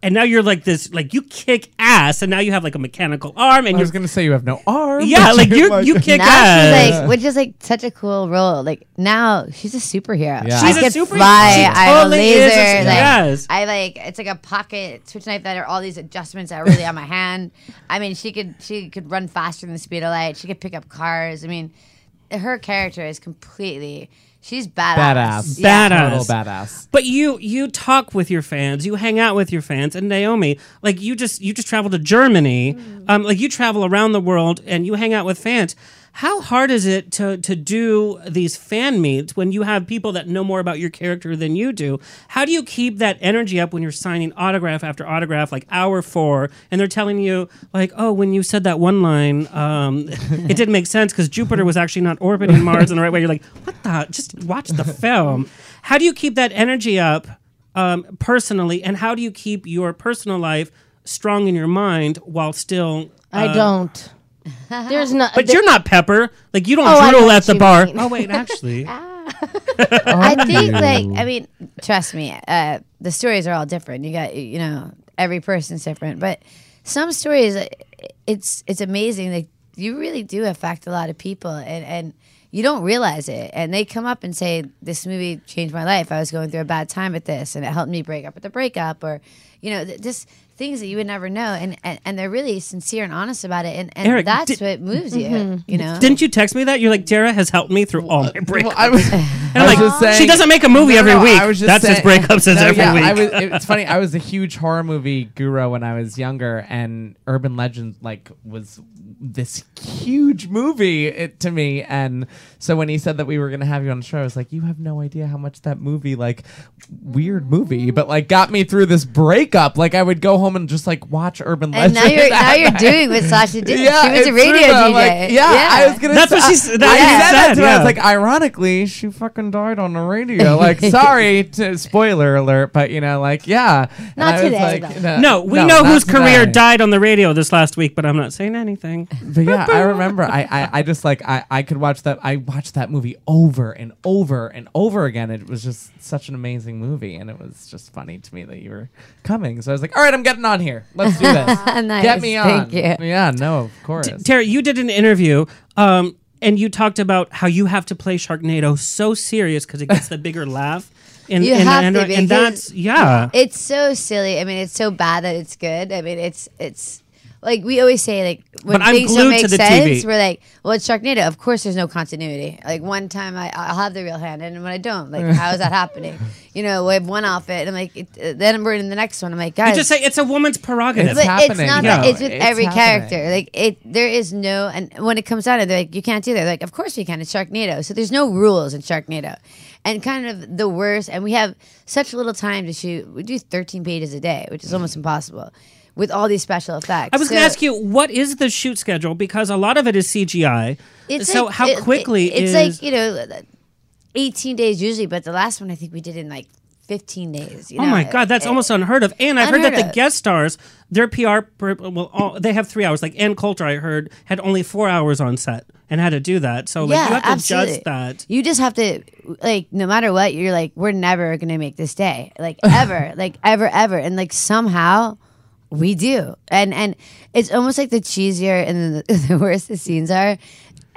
[SPEAKER 6] and now you're like this, like you kick ass, and now you have like a mechanical arm, and
[SPEAKER 7] I was
[SPEAKER 6] you're
[SPEAKER 7] gonna say you have no arm.
[SPEAKER 6] yeah,
[SPEAKER 7] but
[SPEAKER 6] like
[SPEAKER 7] you're
[SPEAKER 6] you you kick
[SPEAKER 9] Now
[SPEAKER 6] ass.
[SPEAKER 9] she's like, which is like such a cool role. Like now she's a superhero.
[SPEAKER 7] Yeah.
[SPEAKER 6] She's
[SPEAKER 9] I
[SPEAKER 6] a
[SPEAKER 9] can
[SPEAKER 6] superhero.
[SPEAKER 9] fly.
[SPEAKER 6] She
[SPEAKER 9] I have a
[SPEAKER 6] totally is a
[SPEAKER 9] laser.
[SPEAKER 6] s-
[SPEAKER 9] like,
[SPEAKER 6] yes.
[SPEAKER 9] I like it's like a pocket switch knife that are all these adjustments that are really on my hand. I mean, she could she could run faster than the speed of light. She could pick up cars. I mean, her character is completely. She's badass.
[SPEAKER 7] badass,
[SPEAKER 6] Yeah.
[SPEAKER 7] total
[SPEAKER 6] Badass.
[SPEAKER 7] badass.
[SPEAKER 6] But you you talk with your fans, you hang out with your fans, and Naomi, like you just you just travel to Germany, um, like you travel around the world and you hang out with fans. How hard is it to to do these fan meets when you have people that know more about your character than you do? How do you keep that energy up when you're signing autograph after autograph, like hour four, and they're telling you like, oh, when you said that one line, um, it didn't make sense because Jupiter was actually not orbiting Mars in the right way. You're like, what the? Just watch the film. How do you keep that energy up um, personally, and how do you keep your personal life strong in your mind while still?
[SPEAKER 2] I don't. There's no
[SPEAKER 6] uh, But you're not Pepper. Like you don't
[SPEAKER 2] Oh, I know
[SPEAKER 6] drool
[SPEAKER 2] what
[SPEAKER 6] at the
[SPEAKER 2] you
[SPEAKER 6] bar.
[SPEAKER 2] mean.
[SPEAKER 6] Oh wait, actually,
[SPEAKER 9] I think like I mean, trust me, uh, the stories are all different. You got you know every person's different, but some stories, uh, it's it's amazing. Like you really do affect a lot of people, and and you don't realize it. And they come up and say, This movie changed my life. I was going through a bad time at this, and it helped me break up with the breakup, or, you know, th- just things that you would never know. And, and, and they're really sincere and honest about it. And, and
[SPEAKER 6] Eric,
[SPEAKER 9] that's
[SPEAKER 6] did-
[SPEAKER 9] what moves you, you know?
[SPEAKER 6] Didn't you text me that? You're like, Dara has helped me through all my breakups.
[SPEAKER 7] Well, I was,
[SPEAKER 6] And I'm
[SPEAKER 7] I was
[SPEAKER 6] like,
[SPEAKER 7] just saying,
[SPEAKER 6] she doesn't make a movie
[SPEAKER 7] No, no,
[SPEAKER 6] every
[SPEAKER 7] no,
[SPEAKER 6] week.
[SPEAKER 7] I was just
[SPEAKER 6] That's as
[SPEAKER 7] saying-
[SPEAKER 6] breakups as
[SPEAKER 7] No,
[SPEAKER 6] every
[SPEAKER 7] yeah,
[SPEAKER 6] week.
[SPEAKER 7] I was, it's funny. I was a huge horror movie guru when I was younger, and Urban Legend like was this huge movie it, to me. And so when he said that we were gonna have you on the show, I was like, you have no idea how much that movie, like, weird movie, but like got me through this breakup. Like I would go home and just like watch Urban Legend.
[SPEAKER 9] and now you're now
[SPEAKER 7] that
[SPEAKER 9] you're
[SPEAKER 7] night.
[SPEAKER 9] doing what Sasha did. she was
[SPEAKER 7] it's
[SPEAKER 9] a
[SPEAKER 7] true,
[SPEAKER 9] radio
[SPEAKER 7] though. I'm
[SPEAKER 9] DJ.
[SPEAKER 7] Like, yeah, I was gonna.
[SPEAKER 6] That's
[SPEAKER 7] say-
[SPEAKER 6] what she s-
[SPEAKER 7] I-
[SPEAKER 6] that's
[SPEAKER 7] I
[SPEAKER 6] what she
[SPEAKER 7] said that
[SPEAKER 6] said,
[SPEAKER 7] to her. I
[SPEAKER 6] yeah.
[SPEAKER 7] was like, ironically, she fucking died on the radio. Like, sorry, to, spoiler alert, but you know, like, yeah. And
[SPEAKER 2] Not
[SPEAKER 7] I was
[SPEAKER 2] today,
[SPEAKER 7] like,
[SPEAKER 2] though.
[SPEAKER 6] no, we
[SPEAKER 7] no,
[SPEAKER 6] know
[SPEAKER 7] not
[SPEAKER 6] whose career
[SPEAKER 7] today.
[SPEAKER 6] died on the radio this last week, but I'm not saying anything.
[SPEAKER 7] But yeah, I remember. I, I, I just like I, I could watch that. I watched that movie over and over and over again. It was just such an amazing movie, and it was just funny to me that you were coming. So I was like, all right, I'm getting on here. Let's do this.
[SPEAKER 9] Nice,
[SPEAKER 7] Get me on.
[SPEAKER 9] thank you.
[SPEAKER 7] Yeah, no, of course.
[SPEAKER 6] Tara, you did an interview, um, and you talked about how you have to play Sharknado so serious because it gets the bigger laugh. In,
[SPEAKER 9] You
[SPEAKER 6] in,
[SPEAKER 9] have
[SPEAKER 6] and,
[SPEAKER 9] to be,
[SPEAKER 6] and that's yeah.
[SPEAKER 9] It's so silly. I mean, it's so bad that it's good. I mean, it's it's like we always say like when
[SPEAKER 6] But I'm
[SPEAKER 9] things
[SPEAKER 6] glued
[SPEAKER 9] don't make
[SPEAKER 6] to the
[SPEAKER 9] sense,
[SPEAKER 6] TV.
[SPEAKER 9] we're like, well, it's Sharknado. Of course, there's no continuity. Like one time I I'll have the real hand, and when I don't, like how is that happening? You know, we have one outfit, and I'm like, it, uh, then we're in the next one. I'm like, guys,
[SPEAKER 6] You just say it's a woman's prerogative.
[SPEAKER 7] It's
[SPEAKER 9] but it's
[SPEAKER 7] happening.
[SPEAKER 9] not
[SPEAKER 6] Yeah.
[SPEAKER 9] that it's with
[SPEAKER 7] It's
[SPEAKER 9] every
[SPEAKER 7] happening.
[SPEAKER 9] character. Like it, there is no. And when it comes down to, it, they're like, you can't do that. They're like, of course you can. It's Sharknado. So there's no rules in Sharknado, and kind of the worst. And we have such little time to shoot. We do 13 pages a day, which is almost impossible with all these special effects.
[SPEAKER 6] Mm. I was going
[SPEAKER 9] So
[SPEAKER 6] to ask you what is the shoot schedule because a lot of it is CGI.
[SPEAKER 9] It's
[SPEAKER 6] so
[SPEAKER 9] like-
[SPEAKER 6] how
[SPEAKER 9] it- it-
[SPEAKER 6] quickly
[SPEAKER 9] it's
[SPEAKER 6] is
[SPEAKER 9] like you know, 18 days usually, but the last one I think we did in like 15 days. You
[SPEAKER 6] Oh
[SPEAKER 9] know?
[SPEAKER 6] my god, that's
[SPEAKER 9] It-
[SPEAKER 6] almost unheard of. And I've heard that
[SPEAKER 9] Unheard
[SPEAKER 6] the
[SPEAKER 9] of.
[SPEAKER 6] guest stars, their PR, per- well, all, they have three hours. Like Ann Coulter, I heard, had only four hours on set and had to do that. So like, you have to judge that.
[SPEAKER 9] You just have to like no matter what, you're like, we're never gonna make this day. Like ever. like ever, ever. And like somehow we do. And and it's almost like the cheesier and the, the worse the scenes are.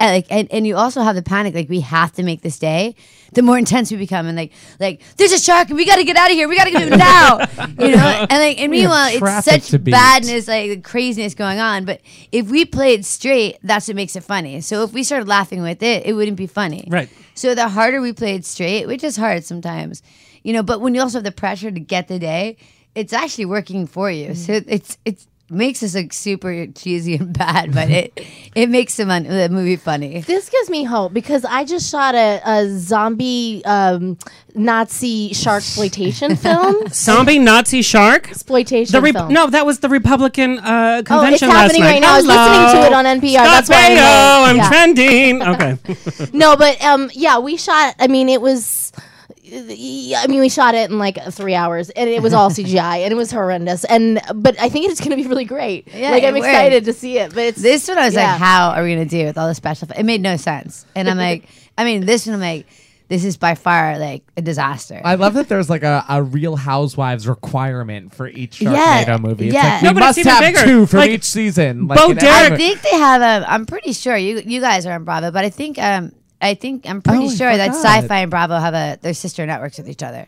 [SPEAKER 9] And, like and, and you also have the panic, like we have to make this day. The more intense we become, and like like there's a shark, and we got to get out of here. We got to get it now, you know. And like and meanwhile, it's
[SPEAKER 7] traffic to
[SPEAKER 9] such
[SPEAKER 7] beat.
[SPEAKER 9] badness madness, like the craziness going on. But if we played straight, that's what makes it funny. So if we started laughing with it, it wouldn't be funny.
[SPEAKER 6] Right.
[SPEAKER 9] So the harder we played straight, which is hard sometimes, you know, but when you also have the pressure to get the day, it's actually working for you. So it's it's makes us look super cheesy and bad, but it it makes the, mon- the movie funny.
[SPEAKER 2] This gives me hope because I just shot a, a zombie um, Nazi shark exploitation film.
[SPEAKER 6] Zombie Nazi shark.
[SPEAKER 2] Exploitation
[SPEAKER 6] The re-
[SPEAKER 2] film.
[SPEAKER 6] no, that was the Republican uh, convention
[SPEAKER 2] Oh, it's
[SPEAKER 6] last
[SPEAKER 2] happening
[SPEAKER 6] night.
[SPEAKER 2] right now. I was listening to it on NPR. That's why I'm
[SPEAKER 6] Scott
[SPEAKER 2] late.
[SPEAKER 6] I'm
[SPEAKER 2] Yeah.
[SPEAKER 6] trending. Okay.
[SPEAKER 2] No, but um, yeah, we shot. I mean, it was. I mean, we shot it in like three hours, and it was all CGI, and it was horrendous. And but I think it's going to be really great.
[SPEAKER 9] Yeah,
[SPEAKER 2] like I'm
[SPEAKER 9] it worked.
[SPEAKER 2] excited to see it. But it's
[SPEAKER 9] This one I was
[SPEAKER 2] Yeah.
[SPEAKER 9] like, how are we gonna do with all the special? It made no sense, and I'm like, I mean, this one I'm like, this is by far like a disaster.
[SPEAKER 7] I love that there's like a, a Real Housewives requirement for each Sharknado
[SPEAKER 9] Yeah,
[SPEAKER 7] movie. It's
[SPEAKER 9] yeah.
[SPEAKER 7] like, we
[SPEAKER 6] No, but it's
[SPEAKER 7] must
[SPEAKER 6] even
[SPEAKER 7] have
[SPEAKER 6] bigger.
[SPEAKER 7] two from
[SPEAKER 6] Like,
[SPEAKER 7] each season. Like
[SPEAKER 6] Bo
[SPEAKER 7] an
[SPEAKER 6] Derek-
[SPEAKER 7] average-
[SPEAKER 9] I think they have. Um, I'm pretty sure you you guys are on Bravo, but I think um, I think I'm pretty
[SPEAKER 7] Oh, I
[SPEAKER 9] sure that
[SPEAKER 7] forgot.
[SPEAKER 9] Sci-Fi and Bravo have a their sister networks with each other.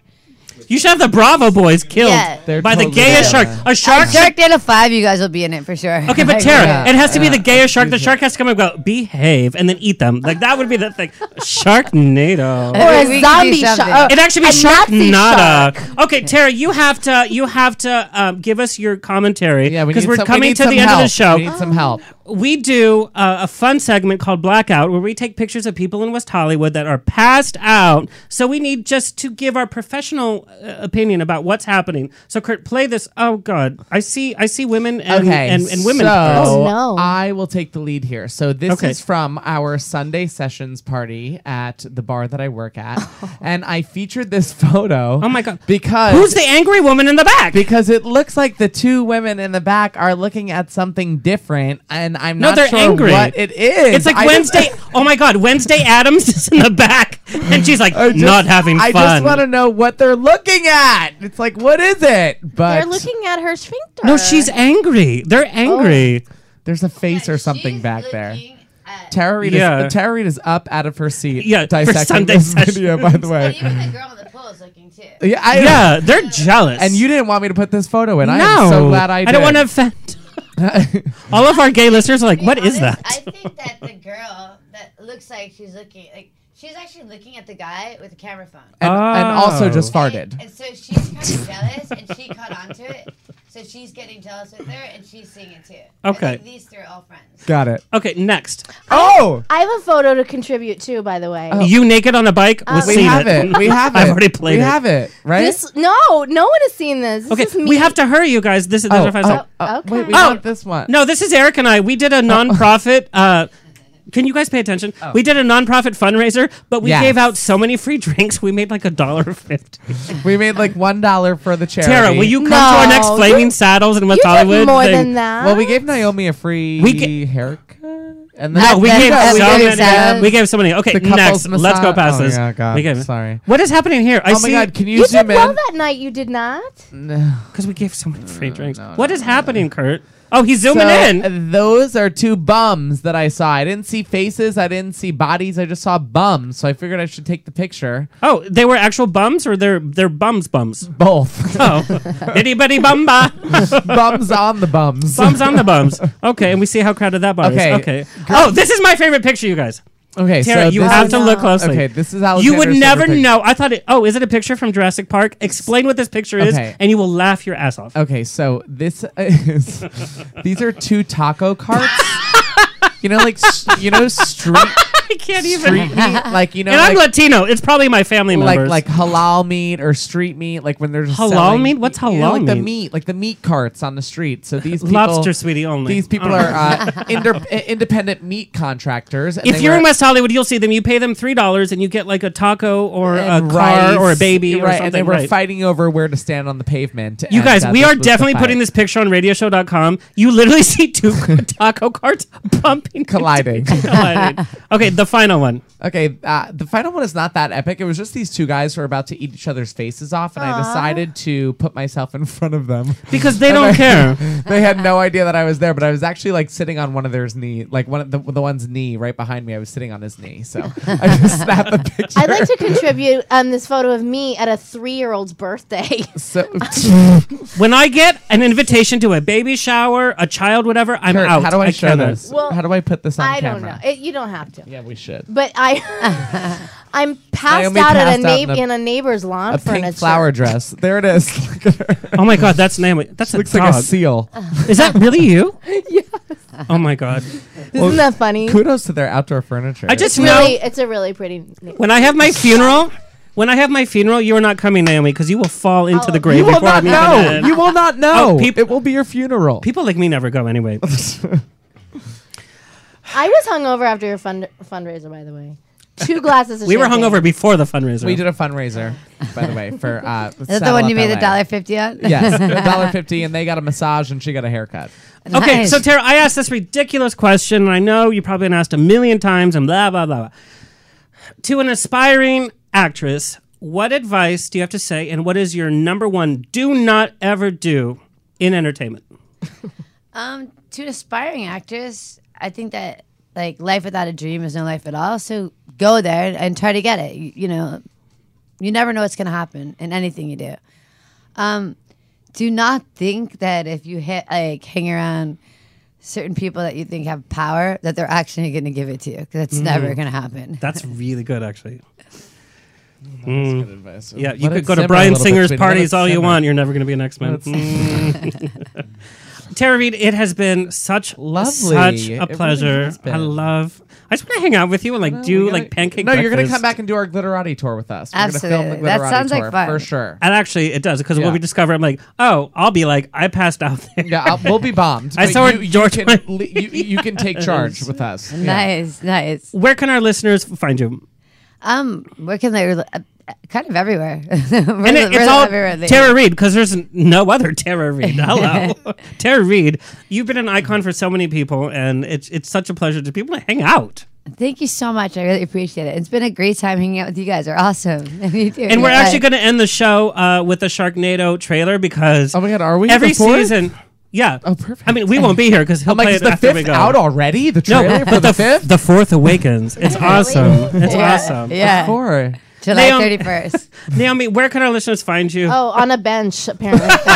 [SPEAKER 6] you should have the Bravo boys killed
[SPEAKER 9] Yeah.
[SPEAKER 7] They're
[SPEAKER 6] by the
[SPEAKER 7] totally
[SPEAKER 6] gayest
[SPEAKER 7] gonna-
[SPEAKER 6] shark. A shark.
[SPEAKER 9] Shark Data Five, you guys will be in it for sure.
[SPEAKER 6] Okay, but
[SPEAKER 9] Like,
[SPEAKER 6] Tara,
[SPEAKER 7] Yeah.
[SPEAKER 6] it has to be the gayest shark. The shark has to come and go, behave, and then eat them. Like that would be the thing. Sharknado.
[SPEAKER 2] or a
[SPEAKER 9] We can do
[SPEAKER 2] zombie
[SPEAKER 9] something.
[SPEAKER 2] shark.
[SPEAKER 6] It'd actually be
[SPEAKER 2] a Nazi
[SPEAKER 6] Sharknado. Okay, Tara, you have to you have to um, give us your commentary
[SPEAKER 7] Yeah, we
[SPEAKER 6] because
[SPEAKER 7] need
[SPEAKER 6] we're
[SPEAKER 7] some- we
[SPEAKER 6] coming
[SPEAKER 7] need
[SPEAKER 6] to
[SPEAKER 7] some
[SPEAKER 6] the end of the
[SPEAKER 7] help.
[SPEAKER 6] show. Oh.
[SPEAKER 7] We need some help.
[SPEAKER 6] we do uh, a fun segment called Blackout where we take pictures of people in West Hollywood that are passed out. So we need just to give our professional uh, opinion about what's happening. So Kurt, play this. Oh God, I see, I see women and
[SPEAKER 7] okay,
[SPEAKER 6] and, and women.
[SPEAKER 7] So
[SPEAKER 6] first.
[SPEAKER 2] Oh, no.
[SPEAKER 7] I will take the lead here. So this
[SPEAKER 6] Okay.
[SPEAKER 7] is from our Sunday sessions party at the bar that I work at, and I featured this photo.
[SPEAKER 6] Oh, my God.
[SPEAKER 7] Because
[SPEAKER 6] Who's the angry woman in the back?
[SPEAKER 7] because it looks like the two women in the back are looking at something different, and I'm
[SPEAKER 6] No,
[SPEAKER 7] not
[SPEAKER 6] they're
[SPEAKER 7] sure
[SPEAKER 6] angry.
[SPEAKER 7] what it is.
[SPEAKER 6] it's like
[SPEAKER 7] I just-
[SPEAKER 6] Wednesday. oh my God, Wednesday Adams is in the back, and she's like
[SPEAKER 7] I just-
[SPEAKER 6] not having fun.
[SPEAKER 7] I just want to know what they're looking at. It's like, what is it? But
[SPEAKER 2] They're looking at her sphincter.
[SPEAKER 7] Oh.
[SPEAKER 6] no, she's angry. They're angry.
[SPEAKER 7] there's a face or something back there. Tara Reid,
[SPEAKER 6] Yeah.
[SPEAKER 7] is, Tara Reid is up out of her seat.
[SPEAKER 6] Yeah, for
[SPEAKER 7] dissecting
[SPEAKER 6] Sunday
[SPEAKER 7] this
[SPEAKER 6] session.
[SPEAKER 7] video, by the way.
[SPEAKER 9] Even the girl in the pool is looking too.
[SPEAKER 7] Yeah, I,
[SPEAKER 6] yeah, they're jealous.
[SPEAKER 7] uh, And you didn't want me to put this photo in. I
[SPEAKER 6] no,
[SPEAKER 7] am so glad I did.
[SPEAKER 6] I don't want to offend.
[SPEAKER 7] to.
[SPEAKER 6] All of our gay listeners are like,
[SPEAKER 9] be
[SPEAKER 6] what is
[SPEAKER 9] honest,
[SPEAKER 6] that?
[SPEAKER 9] I think that the girl that looks like she's looking like she's actually looking at the guy with the camera phone.
[SPEAKER 7] and, and also just
[SPEAKER 6] Oh.
[SPEAKER 7] farted.
[SPEAKER 9] And, and so she's kind of jealous, and she caught on to it. So she's getting jealous with her, and she's seeing it too. I think
[SPEAKER 6] Okay.
[SPEAKER 9] these three are all friends.
[SPEAKER 7] Got it.
[SPEAKER 6] Okay, next.
[SPEAKER 7] Oh,
[SPEAKER 2] I have a photo to contribute too, by the way.
[SPEAKER 6] You naked on a bike was
[SPEAKER 7] we
[SPEAKER 6] seen
[SPEAKER 7] have it. We have it.
[SPEAKER 6] I've already played
[SPEAKER 7] We
[SPEAKER 6] it.
[SPEAKER 7] have it, right?
[SPEAKER 2] This no, no one has seen this. this
[SPEAKER 6] Okay,
[SPEAKER 2] is me.
[SPEAKER 6] we have to hurry, you guys. This is
[SPEAKER 7] oh,
[SPEAKER 6] oh,
[SPEAKER 7] oh, oh,
[SPEAKER 2] Okay.
[SPEAKER 7] wait, we
[SPEAKER 6] Oh.
[SPEAKER 7] want this one.
[SPEAKER 6] No, this is Eric and I. We
[SPEAKER 7] Oh.
[SPEAKER 6] did a nonprofit. Uh, can you guys pay attention? We did a nonprofit fundraiser, but we
[SPEAKER 7] Yes.
[SPEAKER 6] gave out so many free drinks. We made like a dollar fifty.
[SPEAKER 7] we made like one dollar for the charity.
[SPEAKER 6] Tara, will you come to
[SPEAKER 2] No,
[SPEAKER 6] our next
[SPEAKER 2] you-
[SPEAKER 6] Flaming Saddles in West
[SPEAKER 2] you did
[SPEAKER 6] Hollywood?
[SPEAKER 2] more
[SPEAKER 6] thing?
[SPEAKER 2] than that.
[SPEAKER 7] Well, we gave Naomi a free
[SPEAKER 6] We ga-
[SPEAKER 7] haircut, and
[SPEAKER 6] No,
[SPEAKER 7] then
[SPEAKER 6] we
[SPEAKER 9] That's
[SPEAKER 6] gave
[SPEAKER 9] what we
[SPEAKER 6] so
[SPEAKER 9] gave
[SPEAKER 6] many.
[SPEAKER 9] Saddles.
[SPEAKER 6] We gave so many. Okay,
[SPEAKER 7] The couples
[SPEAKER 6] next. Let's go
[SPEAKER 7] massage-
[SPEAKER 6] past
[SPEAKER 7] oh,
[SPEAKER 6] this.
[SPEAKER 7] yeah, God,
[SPEAKER 6] we gave
[SPEAKER 7] sorry.
[SPEAKER 6] What is happening here? I
[SPEAKER 7] oh my
[SPEAKER 6] see.
[SPEAKER 7] god, can you,
[SPEAKER 2] you did
[SPEAKER 7] zoom
[SPEAKER 2] well
[SPEAKER 7] in?
[SPEAKER 2] that night. You did not.
[SPEAKER 7] No.
[SPEAKER 6] Because we gave so many free drinks. what is happening, Kurt? Oh, he's zooming
[SPEAKER 7] So, uh,
[SPEAKER 6] in.
[SPEAKER 7] Those are two bums that I saw. I didn't see faces. I didn't see bodies. I just saw bums. So I figured I should take the picture.
[SPEAKER 6] Oh, they were actual bums or they're they're bums bums.
[SPEAKER 7] Both
[SPEAKER 6] Oh, itty bitty bumba.
[SPEAKER 7] bums on the bums.
[SPEAKER 6] bums on the bums. Okay, and we see how crowded that bar
[SPEAKER 7] Okay.
[SPEAKER 6] is. Okay. Oh, this is my favorite picture, you guys.
[SPEAKER 7] Okay,
[SPEAKER 6] Tara,
[SPEAKER 7] so
[SPEAKER 6] you
[SPEAKER 7] this
[SPEAKER 6] have
[SPEAKER 7] is-
[SPEAKER 6] to look closely.
[SPEAKER 7] Okay, this is
[SPEAKER 6] You would
[SPEAKER 7] Alexander's
[SPEAKER 6] never
[SPEAKER 7] favorite
[SPEAKER 6] know. I thought it. Oh, is it a picture from Jurassic Park? Explain what this picture is,
[SPEAKER 7] Okay.
[SPEAKER 6] and you will laugh your ass off.
[SPEAKER 7] Okay, so this is these are two taco carts. you know, like s- you know, street
[SPEAKER 6] I can't even.
[SPEAKER 7] street meat, like you know,
[SPEAKER 6] and I'm
[SPEAKER 7] like,
[SPEAKER 6] Latino. It's probably my family
[SPEAKER 7] like
[SPEAKER 6] members.
[SPEAKER 7] like halal meat or street meat, like when they're just
[SPEAKER 6] Halal
[SPEAKER 7] selling-
[SPEAKER 6] meat? What's
[SPEAKER 7] you know,
[SPEAKER 6] halal
[SPEAKER 7] like the
[SPEAKER 6] meat?
[SPEAKER 7] meat, like the meat carts on the street. So these people,
[SPEAKER 6] lobster, sweetie only.
[SPEAKER 7] These people
[SPEAKER 6] Oh.
[SPEAKER 7] are uh, inter- i- independent meat contractors. And
[SPEAKER 6] If
[SPEAKER 7] they
[SPEAKER 6] you're
[SPEAKER 7] were-
[SPEAKER 6] in West Hollywood, you'll see them. You pay them three dollars, and you get like a taco or a
[SPEAKER 7] and
[SPEAKER 6] car
[SPEAKER 7] rice,
[SPEAKER 6] or a baby or
[SPEAKER 7] right?
[SPEAKER 6] something.
[SPEAKER 7] and they were
[SPEAKER 6] right.
[SPEAKER 7] fighting over where to stand on the pavement.
[SPEAKER 6] You
[SPEAKER 7] and,
[SPEAKER 6] guys,
[SPEAKER 7] uh,
[SPEAKER 6] we
[SPEAKER 7] this
[SPEAKER 6] are
[SPEAKER 7] was the
[SPEAKER 6] definitely putting
[SPEAKER 7] fight.
[SPEAKER 6] this picture on radioshow.com. You literally see two taco carts bumping, into-
[SPEAKER 7] Colliding.
[SPEAKER 6] colliding. Okay, the final one.
[SPEAKER 7] Okay, uh, the final one is not that epic. It was just these two guys who were about to eat each other's faces off, and I decided to put myself in front of them.
[SPEAKER 6] Because they don't care.
[SPEAKER 7] they had no idea that I was there, but I was actually like sitting on one of theirs knee, like one of the, the one's knee right behind me. I was sitting on his knee, so I just snapped the picture.
[SPEAKER 2] I'd like to contribute um, this photo of me at a three-year-old's birthday.
[SPEAKER 7] so,
[SPEAKER 6] When I get an invitation to a baby shower, a child, whatever, I'm
[SPEAKER 7] Kurt,
[SPEAKER 6] out.
[SPEAKER 7] how do I, show
[SPEAKER 6] cannot.
[SPEAKER 7] this?
[SPEAKER 2] Well,
[SPEAKER 7] how do I put this on
[SPEAKER 2] I don't
[SPEAKER 7] camera?
[SPEAKER 2] know. It, you don't have to.
[SPEAKER 7] Yeah, we should.
[SPEAKER 2] But I, I'm passed
[SPEAKER 7] Naomi
[SPEAKER 2] out at
[SPEAKER 7] passed
[SPEAKER 2] a
[SPEAKER 7] out
[SPEAKER 2] neigh-
[SPEAKER 7] in a-
[SPEAKER 2] in a neighbor's lawn
[SPEAKER 7] A
[SPEAKER 2] furniture.
[SPEAKER 7] pink flower dress. There it is. Look at her.
[SPEAKER 6] Oh my god, that's Naomi. That's a
[SPEAKER 7] Looks
[SPEAKER 6] dog.
[SPEAKER 7] like a seal.
[SPEAKER 2] Uh-huh.
[SPEAKER 6] Is that really you? yes. Oh my god.
[SPEAKER 2] Isn't that funny?
[SPEAKER 7] Kudos to their outdoor furniture.
[SPEAKER 6] I just know
[SPEAKER 2] really, it's a really pretty. Name.
[SPEAKER 6] when I have my funeral. When I have my funeral, you are not coming, Naomi, because you will fall into
[SPEAKER 2] Oh.
[SPEAKER 6] the grave
[SPEAKER 7] you will
[SPEAKER 6] before
[SPEAKER 7] not
[SPEAKER 6] I'm even
[SPEAKER 7] know.
[SPEAKER 6] in.
[SPEAKER 7] You will not know.
[SPEAKER 6] Oh, peop-
[SPEAKER 7] it will be your funeral.
[SPEAKER 6] People like me never go anyway.
[SPEAKER 2] I was hungover after your fund- fundraiser, by the way. Two glasses. of
[SPEAKER 6] We were
[SPEAKER 2] champagne.
[SPEAKER 6] hungover before the fundraiser.
[SPEAKER 7] We did a fundraiser, by the way, for uh,
[SPEAKER 9] Is that the one you made the dollar fifty on?
[SPEAKER 7] Yes, a dollar fifty, and they got a massage, and she got a haircut.
[SPEAKER 6] Okay,
[SPEAKER 9] Nice.
[SPEAKER 6] so Tara, I asked this ridiculous question, and I know you probably been asked a million times, and blah blah blah. blah. To an aspiring actress, what advice do you have to say, and what is your number one do not ever do in entertainment?
[SPEAKER 9] Um, to an aspiring actress, I think that like life without a dream is no life at all. So go there and, and try to get it. You, you know, you never know what's gonna happen in anything you do. Um, do not think that if you hit like hang around certain people that you think have power that they're actually gonna give it to you 'cause that's never gonna happen.
[SPEAKER 6] That's really good, actually.
[SPEAKER 7] Good advice.
[SPEAKER 6] Mm. Yeah,
[SPEAKER 7] Let
[SPEAKER 6] you
[SPEAKER 7] it
[SPEAKER 6] could go to
[SPEAKER 7] simmer a
[SPEAKER 6] Brian
[SPEAKER 7] little bit,
[SPEAKER 6] Singer's
[SPEAKER 7] sweetie. Let
[SPEAKER 6] parties
[SPEAKER 7] it
[SPEAKER 6] all you
[SPEAKER 7] simmer.
[SPEAKER 6] want. You're never going to be an X Men.
[SPEAKER 7] Let it
[SPEAKER 6] Tara Reid, it has been such
[SPEAKER 7] Lovely.
[SPEAKER 6] such
[SPEAKER 7] It
[SPEAKER 6] a
[SPEAKER 7] really
[SPEAKER 6] pleasure.
[SPEAKER 7] has been.
[SPEAKER 6] I love. I just want to hang out with you and like
[SPEAKER 9] Oh,
[SPEAKER 7] No,
[SPEAKER 6] do
[SPEAKER 7] we gotta-
[SPEAKER 6] like pancake.
[SPEAKER 7] No, you're gonna
[SPEAKER 6] breakfast.
[SPEAKER 7] come back and do our glitterati tour with us. We're gonna film
[SPEAKER 9] Absolutely.
[SPEAKER 7] the
[SPEAKER 9] That
[SPEAKER 7] glitterati
[SPEAKER 9] sounds like
[SPEAKER 7] tour,
[SPEAKER 9] fun.
[SPEAKER 7] for sure.
[SPEAKER 6] And actually, it does because
[SPEAKER 7] Yeah.
[SPEAKER 6] what we discover, I'm like, oh, I'll be like, I passed out there.
[SPEAKER 7] Yeah, I'll, we'll be bombed.
[SPEAKER 6] I
[SPEAKER 7] but
[SPEAKER 6] saw
[SPEAKER 7] you,
[SPEAKER 6] it,
[SPEAKER 7] you
[SPEAKER 6] George
[SPEAKER 7] Can,
[SPEAKER 6] Michael.
[SPEAKER 7] li- you, you can take charge with us. Yeah.
[SPEAKER 9] Nice, nice.
[SPEAKER 6] Where can our listeners find you?
[SPEAKER 9] Um, where can they? Uh, kind of everywhere. We're
[SPEAKER 6] And
[SPEAKER 9] li-
[SPEAKER 6] it,
[SPEAKER 9] we're
[SPEAKER 6] it's all
[SPEAKER 9] everywhere lately.
[SPEAKER 6] Tara Reid because there's n- no other Tara Reid. Hello, Tara Reid. You've been an icon for so many people, and it's it's such a pleasure to be able to hang out.
[SPEAKER 9] Thank you so much. I really appreciate it. It's been a great time hanging out with you guys. Are awesome. you too.
[SPEAKER 6] And we're
[SPEAKER 9] Yeah.
[SPEAKER 6] actually going to end the show uh, with the Sharknado trailer because
[SPEAKER 7] Oh my God, are we
[SPEAKER 6] every
[SPEAKER 7] the fourth?
[SPEAKER 6] season? Yeah.
[SPEAKER 7] Oh, perfect.
[SPEAKER 6] I mean, we won't be here because he'll
[SPEAKER 7] I'm like,
[SPEAKER 6] play
[SPEAKER 7] is
[SPEAKER 6] it
[SPEAKER 7] the
[SPEAKER 6] after we
[SPEAKER 7] fifth
[SPEAKER 6] go.
[SPEAKER 7] out already? The
[SPEAKER 6] no,
[SPEAKER 7] trailer
[SPEAKER 6] but
[SPEAKER 7] for the,
[SPEAKER 6] the, f-
[SPEAKER 7] fifth?
[SPEAKER 6] the fourth awakens. It's awesome. It's
[SPEAKER 9] Yeah.
[SPEAKER 6] awesome.
[SPEAKER 9] Yeah.
[SPEAKER 7] Of course.
[SPEAKER 9] July
[SPEAKER 6] Naomi-
[SPEAKER 9] 31st.
[SPEAKER 6] Naomi, where can our listeners find you?
[SPEAKER 2] Oh, on a bench, apparently.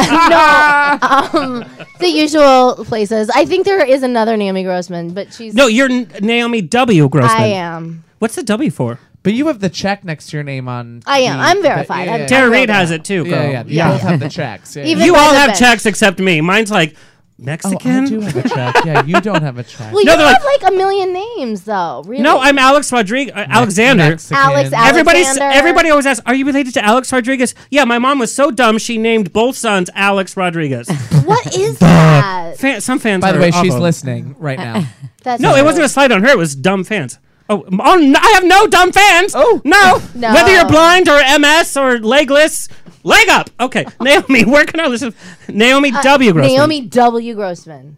[SPEAKER 2] Uh, no, um, the usual places. I think there is another Naomi Grossman, but she's.
[SPEAKER 6] No, you're N- Naomi W. Grossman.
[SPEAKER 2] I am.
[SPEAKER 6] What's the W for?
[SPEAKER 7] But you have the check next to your name on.
[SPEAKER 2] I am.
[SPEAKER 7] the-
[SPEAKER 2] I'm
[SPEAKER 7] the-
[SPEAKER 2] verified. I'm
[SPEAKER 7] yeah,
[SPEAKER 6] Tara
[SPEAKER 2] I will
[SPEAKER 6] Reid
[SPEAKER 2] do.
[SPEAKER 6] has it too,
[SPEAKER 7] yeah,
[SPEAKER 6] girl.
[SPEAKER 7] yeah, yeah. You both have the checks. Yeah.
[SPEAKER 2] Even
[SPEAKER 6] You
[SPEAKER 2] by
[SPEAKER 6] all
[SPEAKER 2] the
[SPEAKER 6] have
[SPEAKER 2] bench.
[SPEAKER 6] checks except me. Mine's like
[SPEAKER 7] oh,
[SPEAKER 6] Mexican.
[SPEAKER 7] I do have a check. yeah, you don't have a check.
[SPEAKER 2] Well,
[SPEAKER 6] No,
[SPEAKER 2] you
[SPEAKER 6] they're
[SPEAKER 2] have like, a million names, though. Really?
[SPEAKER 6] no, I'm Alex Rodriguez. Uh, Alexander.
[SPEAKER 7] Mexican.
[SPEAKER 2] Alex, Alex-
[SPEAKER 6] Everybody's,
[SPEAKER 2] Alexander.
[SPEAKER 6] everybody always asks, Are you related to Alex Rodriguez? Yeah, my mom was so dumb she named both sons Alex Rodriguez.
[SPEAKER 2] What is that?
[SPEAKER 6] Fan, some fans
[SPEAKER 7] By the
[SPEAKER 6] are
[SPEAKER 7] way, she's
[SPEAKER 6] awful.
[SPEAKER 7] listening right now.
[SPEAKER 2] That's
[SPEAKER 6] No, it
[SPEAKER 2] so-
[SPEAKER 6] wasn't a slide on her. It was dumb fans. Oh, m- oh no, I have no dumb fans.
[SPEAKER 7] Oh.
[SPEAKER 6] no.
[SPEAKER 2] No.
[SPEAKER 6] Whether you're blind or MS or legless, leg up. Okay, Naomi, where can I listen? Naomi W. Grossman
[SPEAKER 2] Uh, Naomi W. Grossman.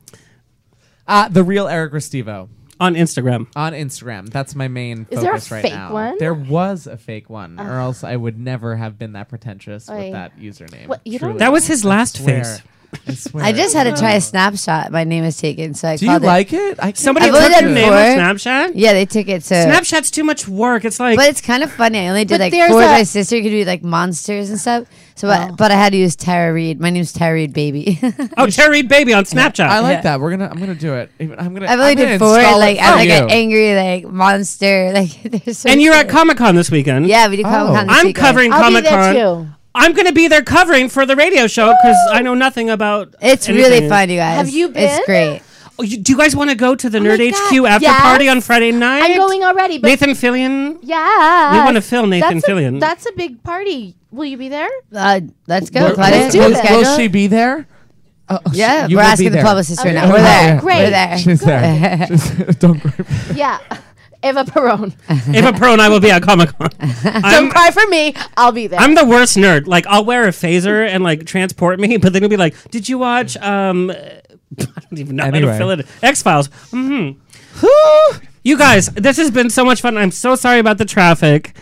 [SPEAKER 7] Uh, the real Eric Restivo
[SPEAKER 6] on Instagram.
[SPEAKER 7] on Instagram. That's my main
[SPEAKER 2] Is
[SPEAKER 7] focus
[SPEAKER 2] there a
[SPEAKER 7] right
[SPEAKER 2] fake
[SPEAKER 7] now.
[SPEAKER 2] one?
[SPEAKER 7] There was a fake one, or else I would never have been that pretentious
[SPEAKER 2] Oy.
[SPEAKER 7] with that username.
[SPEAKER 2] What, you don't-
[SPEAKER 7] Truly.
[SPEAKER 6] That was his last
[SPEAKER 7] swear.
[SPEAKER 6] face.
[SPEAKER 7] I swear.
[SPEAKER 9] I just had to try a snapshot. My name is taken, so I
[SPEAKER 7] Do you
[SPEAKER 9] called it.
[SPEAKER 7] like it? I
[SPEAKER 6] Somebody
[SPEAKER 9] I've
[SPEAKER 6] took
[SPEAKER 9] only
[SPEAKER 6] your
[SPEAKER 9] done
[SPEAKER 6] name
[SPEAKER 9] four.
[SPEAKER 6] on Snapchat.
[SPEAKER 9] Yeah, they took it. So,
[SPEAKER 6] Snapchat's too much work. It's like
[SPEAKER 9] but it's kind of funny. I only did
[SPEAKER 2] But
[SPEAKER 9] like
[SPEAKER 2] there's
[SPEAKER 9] four. with
[SPEAKER 2] a-
[SPEAKER 9] my sister could do like monsters and stuff. So, I- but I had to use Tara Reid. My name's Tara Reid, baby.
[SPEAKER 6] oh, Terry Baby on Snapchat.
[SPEAKER 7] I like
[SPEAKER 9] Yeah.
[SPEAKER 7] that. We're gonna. I'm gonna do it. Even- I'm gonna.
[SPEAKER 9] I've only
[SPEAKER 7] I'm gonna
[SPEAKER 9] did four.
[SPEAKER 7] install it
[SPEAKER 9] Like I'm
[SPEAKER 7] for
[SPEAKER 9] like
[SPEAKER 7] you.
[SPEAKER 9] an angry like monster. Like there's so
[SPEAKER 6] and you're at
[SPEAKER 9] silly.
[SPEAKER 6] Comic Con this weekend.
[SPEAKER 9] yeah, we do Comic Con.
[SPEAKER 7] Oh.
[SPEAKER 9] this
[SPEAKER 6] I'm
[SPEAKER 9] weekend.
[SPEAKER 6] covering
[SPEAKER 2] I'll be
[SPEAKER 6] Comic
[SPEAKER 2] there
[SPEAKER 6] Con.
[SPEAKER 2] too.
[SPEAKER 6] I'm going to be there covering for the radio show because I know nothing about.
[SPEAKER 9] It's really
[SPEAKER 6] anything.
[SPEAKER 9] fun, you guys.
[SPEAKER 2] Have you been?
[SPEAKER 9] It's great.
[SPEAKER 6] Oh, you- do you guys want to go to the
[SPEAKER 2] my
[SPEAKER 6] Nerd
[SPEAKER 2] God,
[SPEAKER 6] HQ after
[SPEAKER 2] yes.
[SPEAKER 6] party on Friday night?
[SPEAKER 2] I'm going already, but
[SPEAKER 6] Nathan Fillion.
[SPEAKER 2] yeah,
[SPEAKER 6] We wanna fill Nathan
[SPEAKER 2] that's a-
[SPEAKER 6] Fillion.
[SPEAKER 2] that's a big party. Will you be there?
[SPEAKER 9] Uh, let's go,
[SPEAKER 7] Will-
[SPEAKER 9] Claudia.
[SPEAKER 7] will-
[SPEAKER 2] do
[SPEAKER 7] will-
[SPEAKER 2] this.
[SPEAKER 9] Schedule
[SPEAKER 7] Will
[SPEAKER 9] it.
[SPEAKER 7] she be there? Oh, oh,
[SPEAKER 9] Yeah,
[SPEAKER 7] she- you
[SPEAKER 9] we're
[SPEAKER 7] will be
[SPEAKER 9] Uh, asking the
[SPEAKER 7] there.
[SPEAKER 9] publicist right
[SPEAKER 2] Okay.
[SPEAKER 9] now. We're
[SPEAKER 2] Oh,
[SPEAKER 9] there.
[SPEAKER 2] great.
[SPEAKER 9] We're there.
[SPEAKER 7] She's there. She's- don't gripe.
[SPEAKER 2] Yeah, Eva Perone.
[SPEAKER 6] Ava Pro and I will be at Comic Con.
[SPEAKER 2] Don't
[SPEAKER 6] I'm,
[SPEAKER 2] cry for me. I'll be there.
[SPEAKER 6] I'm the worst nerd. Like I'll wear a phaser and like transport me, but then it'll be like, "Did you watch?" Um, I don't even know how
[SPEAKER 7] Anyway.
[SPEAKER 6] to fill it. X Files. hmm You guys, this has been so much fun. I'm so sorry about the traffic.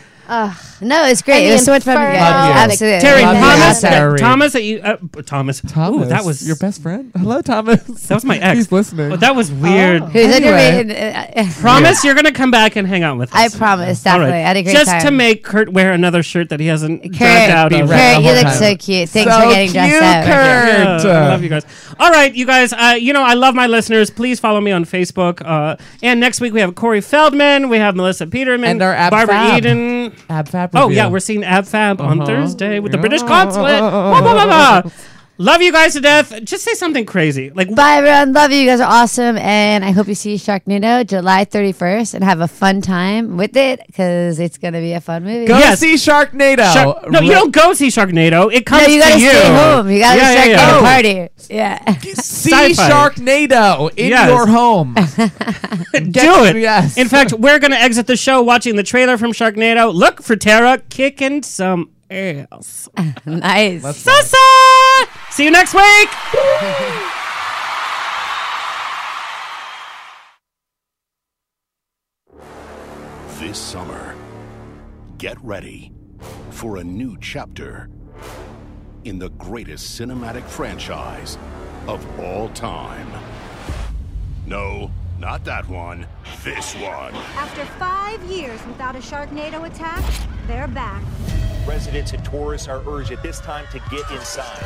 [SPEAKER 9] No, it's great.
[SPEAKER 2] And
[SPEAKER 9] It was
[SPEAKER 2] the
[SPEAKER 9] so much fun.
[SPEAKER 2] Inferno.
[SPEAKER 9] Guys.
[SPEAKER 7] Love you.
[SPEAKER 9] Absolutely.
[SPEAKER 6] Terry
[SPEAKER 7] Love you,
[SPEAKER 6] Thomas,
[SPEAKER 7] Terry.
[SPEAKER 6] that- Thomas, that you, uh, Thomas.
[SPEAKER 7] Thomas,
[SPEAKER 6] Ooh, that was
[SPEAKER 7] your best friend. Hello, Thomas.
[SPEAKER 6] That was my ex.
[SPEAKER 7] He's listening.
[SPEAKER 6] Oh, that was weird.
[SPEAKER 9] Who's
[SPEAKER 7] Anyway.
[SPEAKER 9] underrated?
[SPEAKER 6] Promise you're gonna come back and hang out with us.
[SPEAKER 9] I promise, definitely. I had a great
[SPEAKER 6] Just
[SPEAKER 9] time.
[SPEAKER 6] to make Kurt wear another shirt that he hasn't dragged out.
[SPEAKER 9] Kurt,
[SPEAKER 6] of.
[SPEAKER 7] right the
[SPEAKER 9] Kurt, you
[SPEAKER 7] whole
[SPEAKER 9] look
[SPEAKER 7] time.
[SPEAKER 9] so cute. Thanks
[SPEAKER 7] So
[SPEAKER 9] for getting
[SPEAKER 7] cute,
[SPEAKER 9] dressed up.
[SPEAKER 7] Kurt. uh,
[SPEAKER 6] Yeah, I love you guys. All right, you guys. Uh, you know I love my listeners. Please follow me on Facebook. Uh, and next week we have Corey Feldman, we have Melissa Peterman,
[SPEAKER 7] And our Ab
[SPEAKER 6] Barbara
[SPEAKER 7] Fab.
[SPEAKER 6] Eden.
[SPEAKER 7] Ab Fab
[SPEAKER 6] Oh
[SPEAKER 7] review.
[SPEAKER 6] yeah, we're seeing Ab Fab on
[SPEAKER 7] Uh-huh.
[SPEAKER 6] Thursday with the
[SPEAKER 7] Yeah.
[SPEAKER 6] British consulate. Blah, blah, blah, blah. Love you guys to death. Just say something crazy, like
[SPEAKER 7] Oh,
[SPEAKER 9] Bye, everyone. Love you. You guys are awesome. And I hope you see Sharknado July 31st and have a fun time with it because it's going to be a fun movie.
[SPEAKER 7] Go
[SPEAKER 6] Yes.
[SPEAKER 7] see Sharknado.
[SPEAKER 6] Shark- no, you
[SPEAKER 7] Re-
[SPEAKER 6] don't go see Sharknado. It
[SPEAKER 9] No,
[SPEAKER 6] comes
[SPEAKER 9] you got
[SPEAKER 6] to
[SPEAKER 9] to
[SPEAKER 6] you.
[SPEAKER 9] stay home. You got to
[SPEAKER 6] Yeah, yeah, yeah.
[SPEAKER 9] Sharknado party. Yeah.
[SPEAKER 7] see
[SPEAKER 6] Sci-fi.
[SPEAKER 7] Sharknado in
[SPEAKER 6] Yes.
[SPEAKER 7] your home.
[SPEAKER 6] Do it.
[SPEAKER 7] Yes.
[SPEAKER 6] In fact, we're going to exit the show watching the trailer from Sharknado. Look for Tara kicking some ass.
[SPEAKER 9] nice.
[SPEAKER 6] Sasa! See you next week.
[SPEAKER 10] This summer, get ready for a new chapter in the greatest cinematic franchise of all time. No, not that one. This one.
[SPEAKER 4] After five years without a Sharknado attack, they're back.
[SPEAKER 1] Residents and tourists are urged at this time to get inside.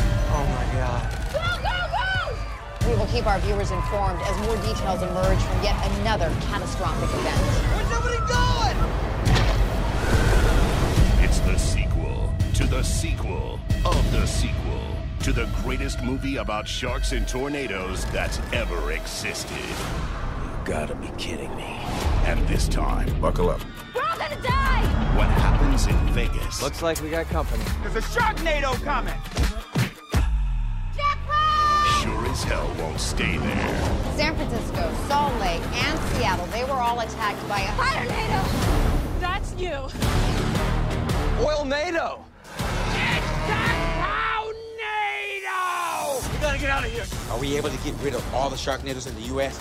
[SPEAKER 4] We will keep our viewers informed as more details emerge from yet another catastrophic event.
[SPEAKER 10] It's the sequel to the sequel of the sequel to the greatest movie about sharks and tornadoes that's ever existed. You gotta be kidding me. And this time, buckle up.
[SPEAKER 4] We're all gonna die!
[SPEAKER 10] What happens in Vegas? Looks like
[SPEAKER 4] Jackpot!
[SPEAKER 10] sure as hell won't stay there.
[SPEAKER 4] San Francisco, Salt Lake, and Seattle, they were all attacked by a fire tornado! That's you.
[SPEAKER 1] Oil NATO! We gotta get out of here! Are we able to get rid of all the Sharknadoes in the U.S.?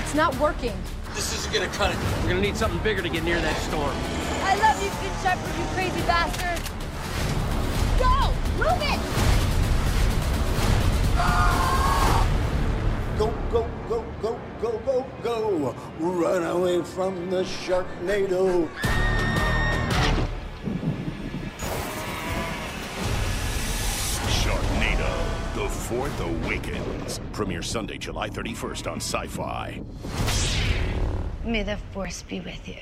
[SPEAKER 4] It's not working.
[SPEAKER 1] This isn't gonna cut it. We're gonna need something bigger to get near that storm.
[SPEAKER 4] I love you, Good Shepherd, you crazy bastard! Go! Move it!
[SPEAKER 11] Go, go, go, go, go, go, go. Run away from the Sharknado.
[SPEAKER 12] Sharknado, The Fourth Awakens. Premiere Sunday, July 31st on Sci Fi.
[SPEAKER 13] May the force be with you.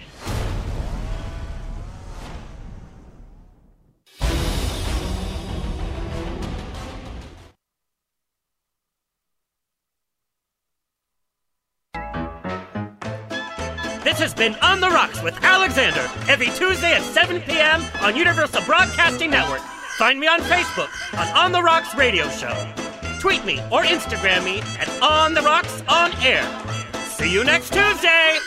[SPEAKER 6] This has been On the Rocks with Alexander every Tuesday at 7 p.m. on Universal Broadcasting Network. Find me on Facebook on On the Rocks Radio Show. Tweet me or Instagram me at On the Rocks On Air. See you next Tuesday!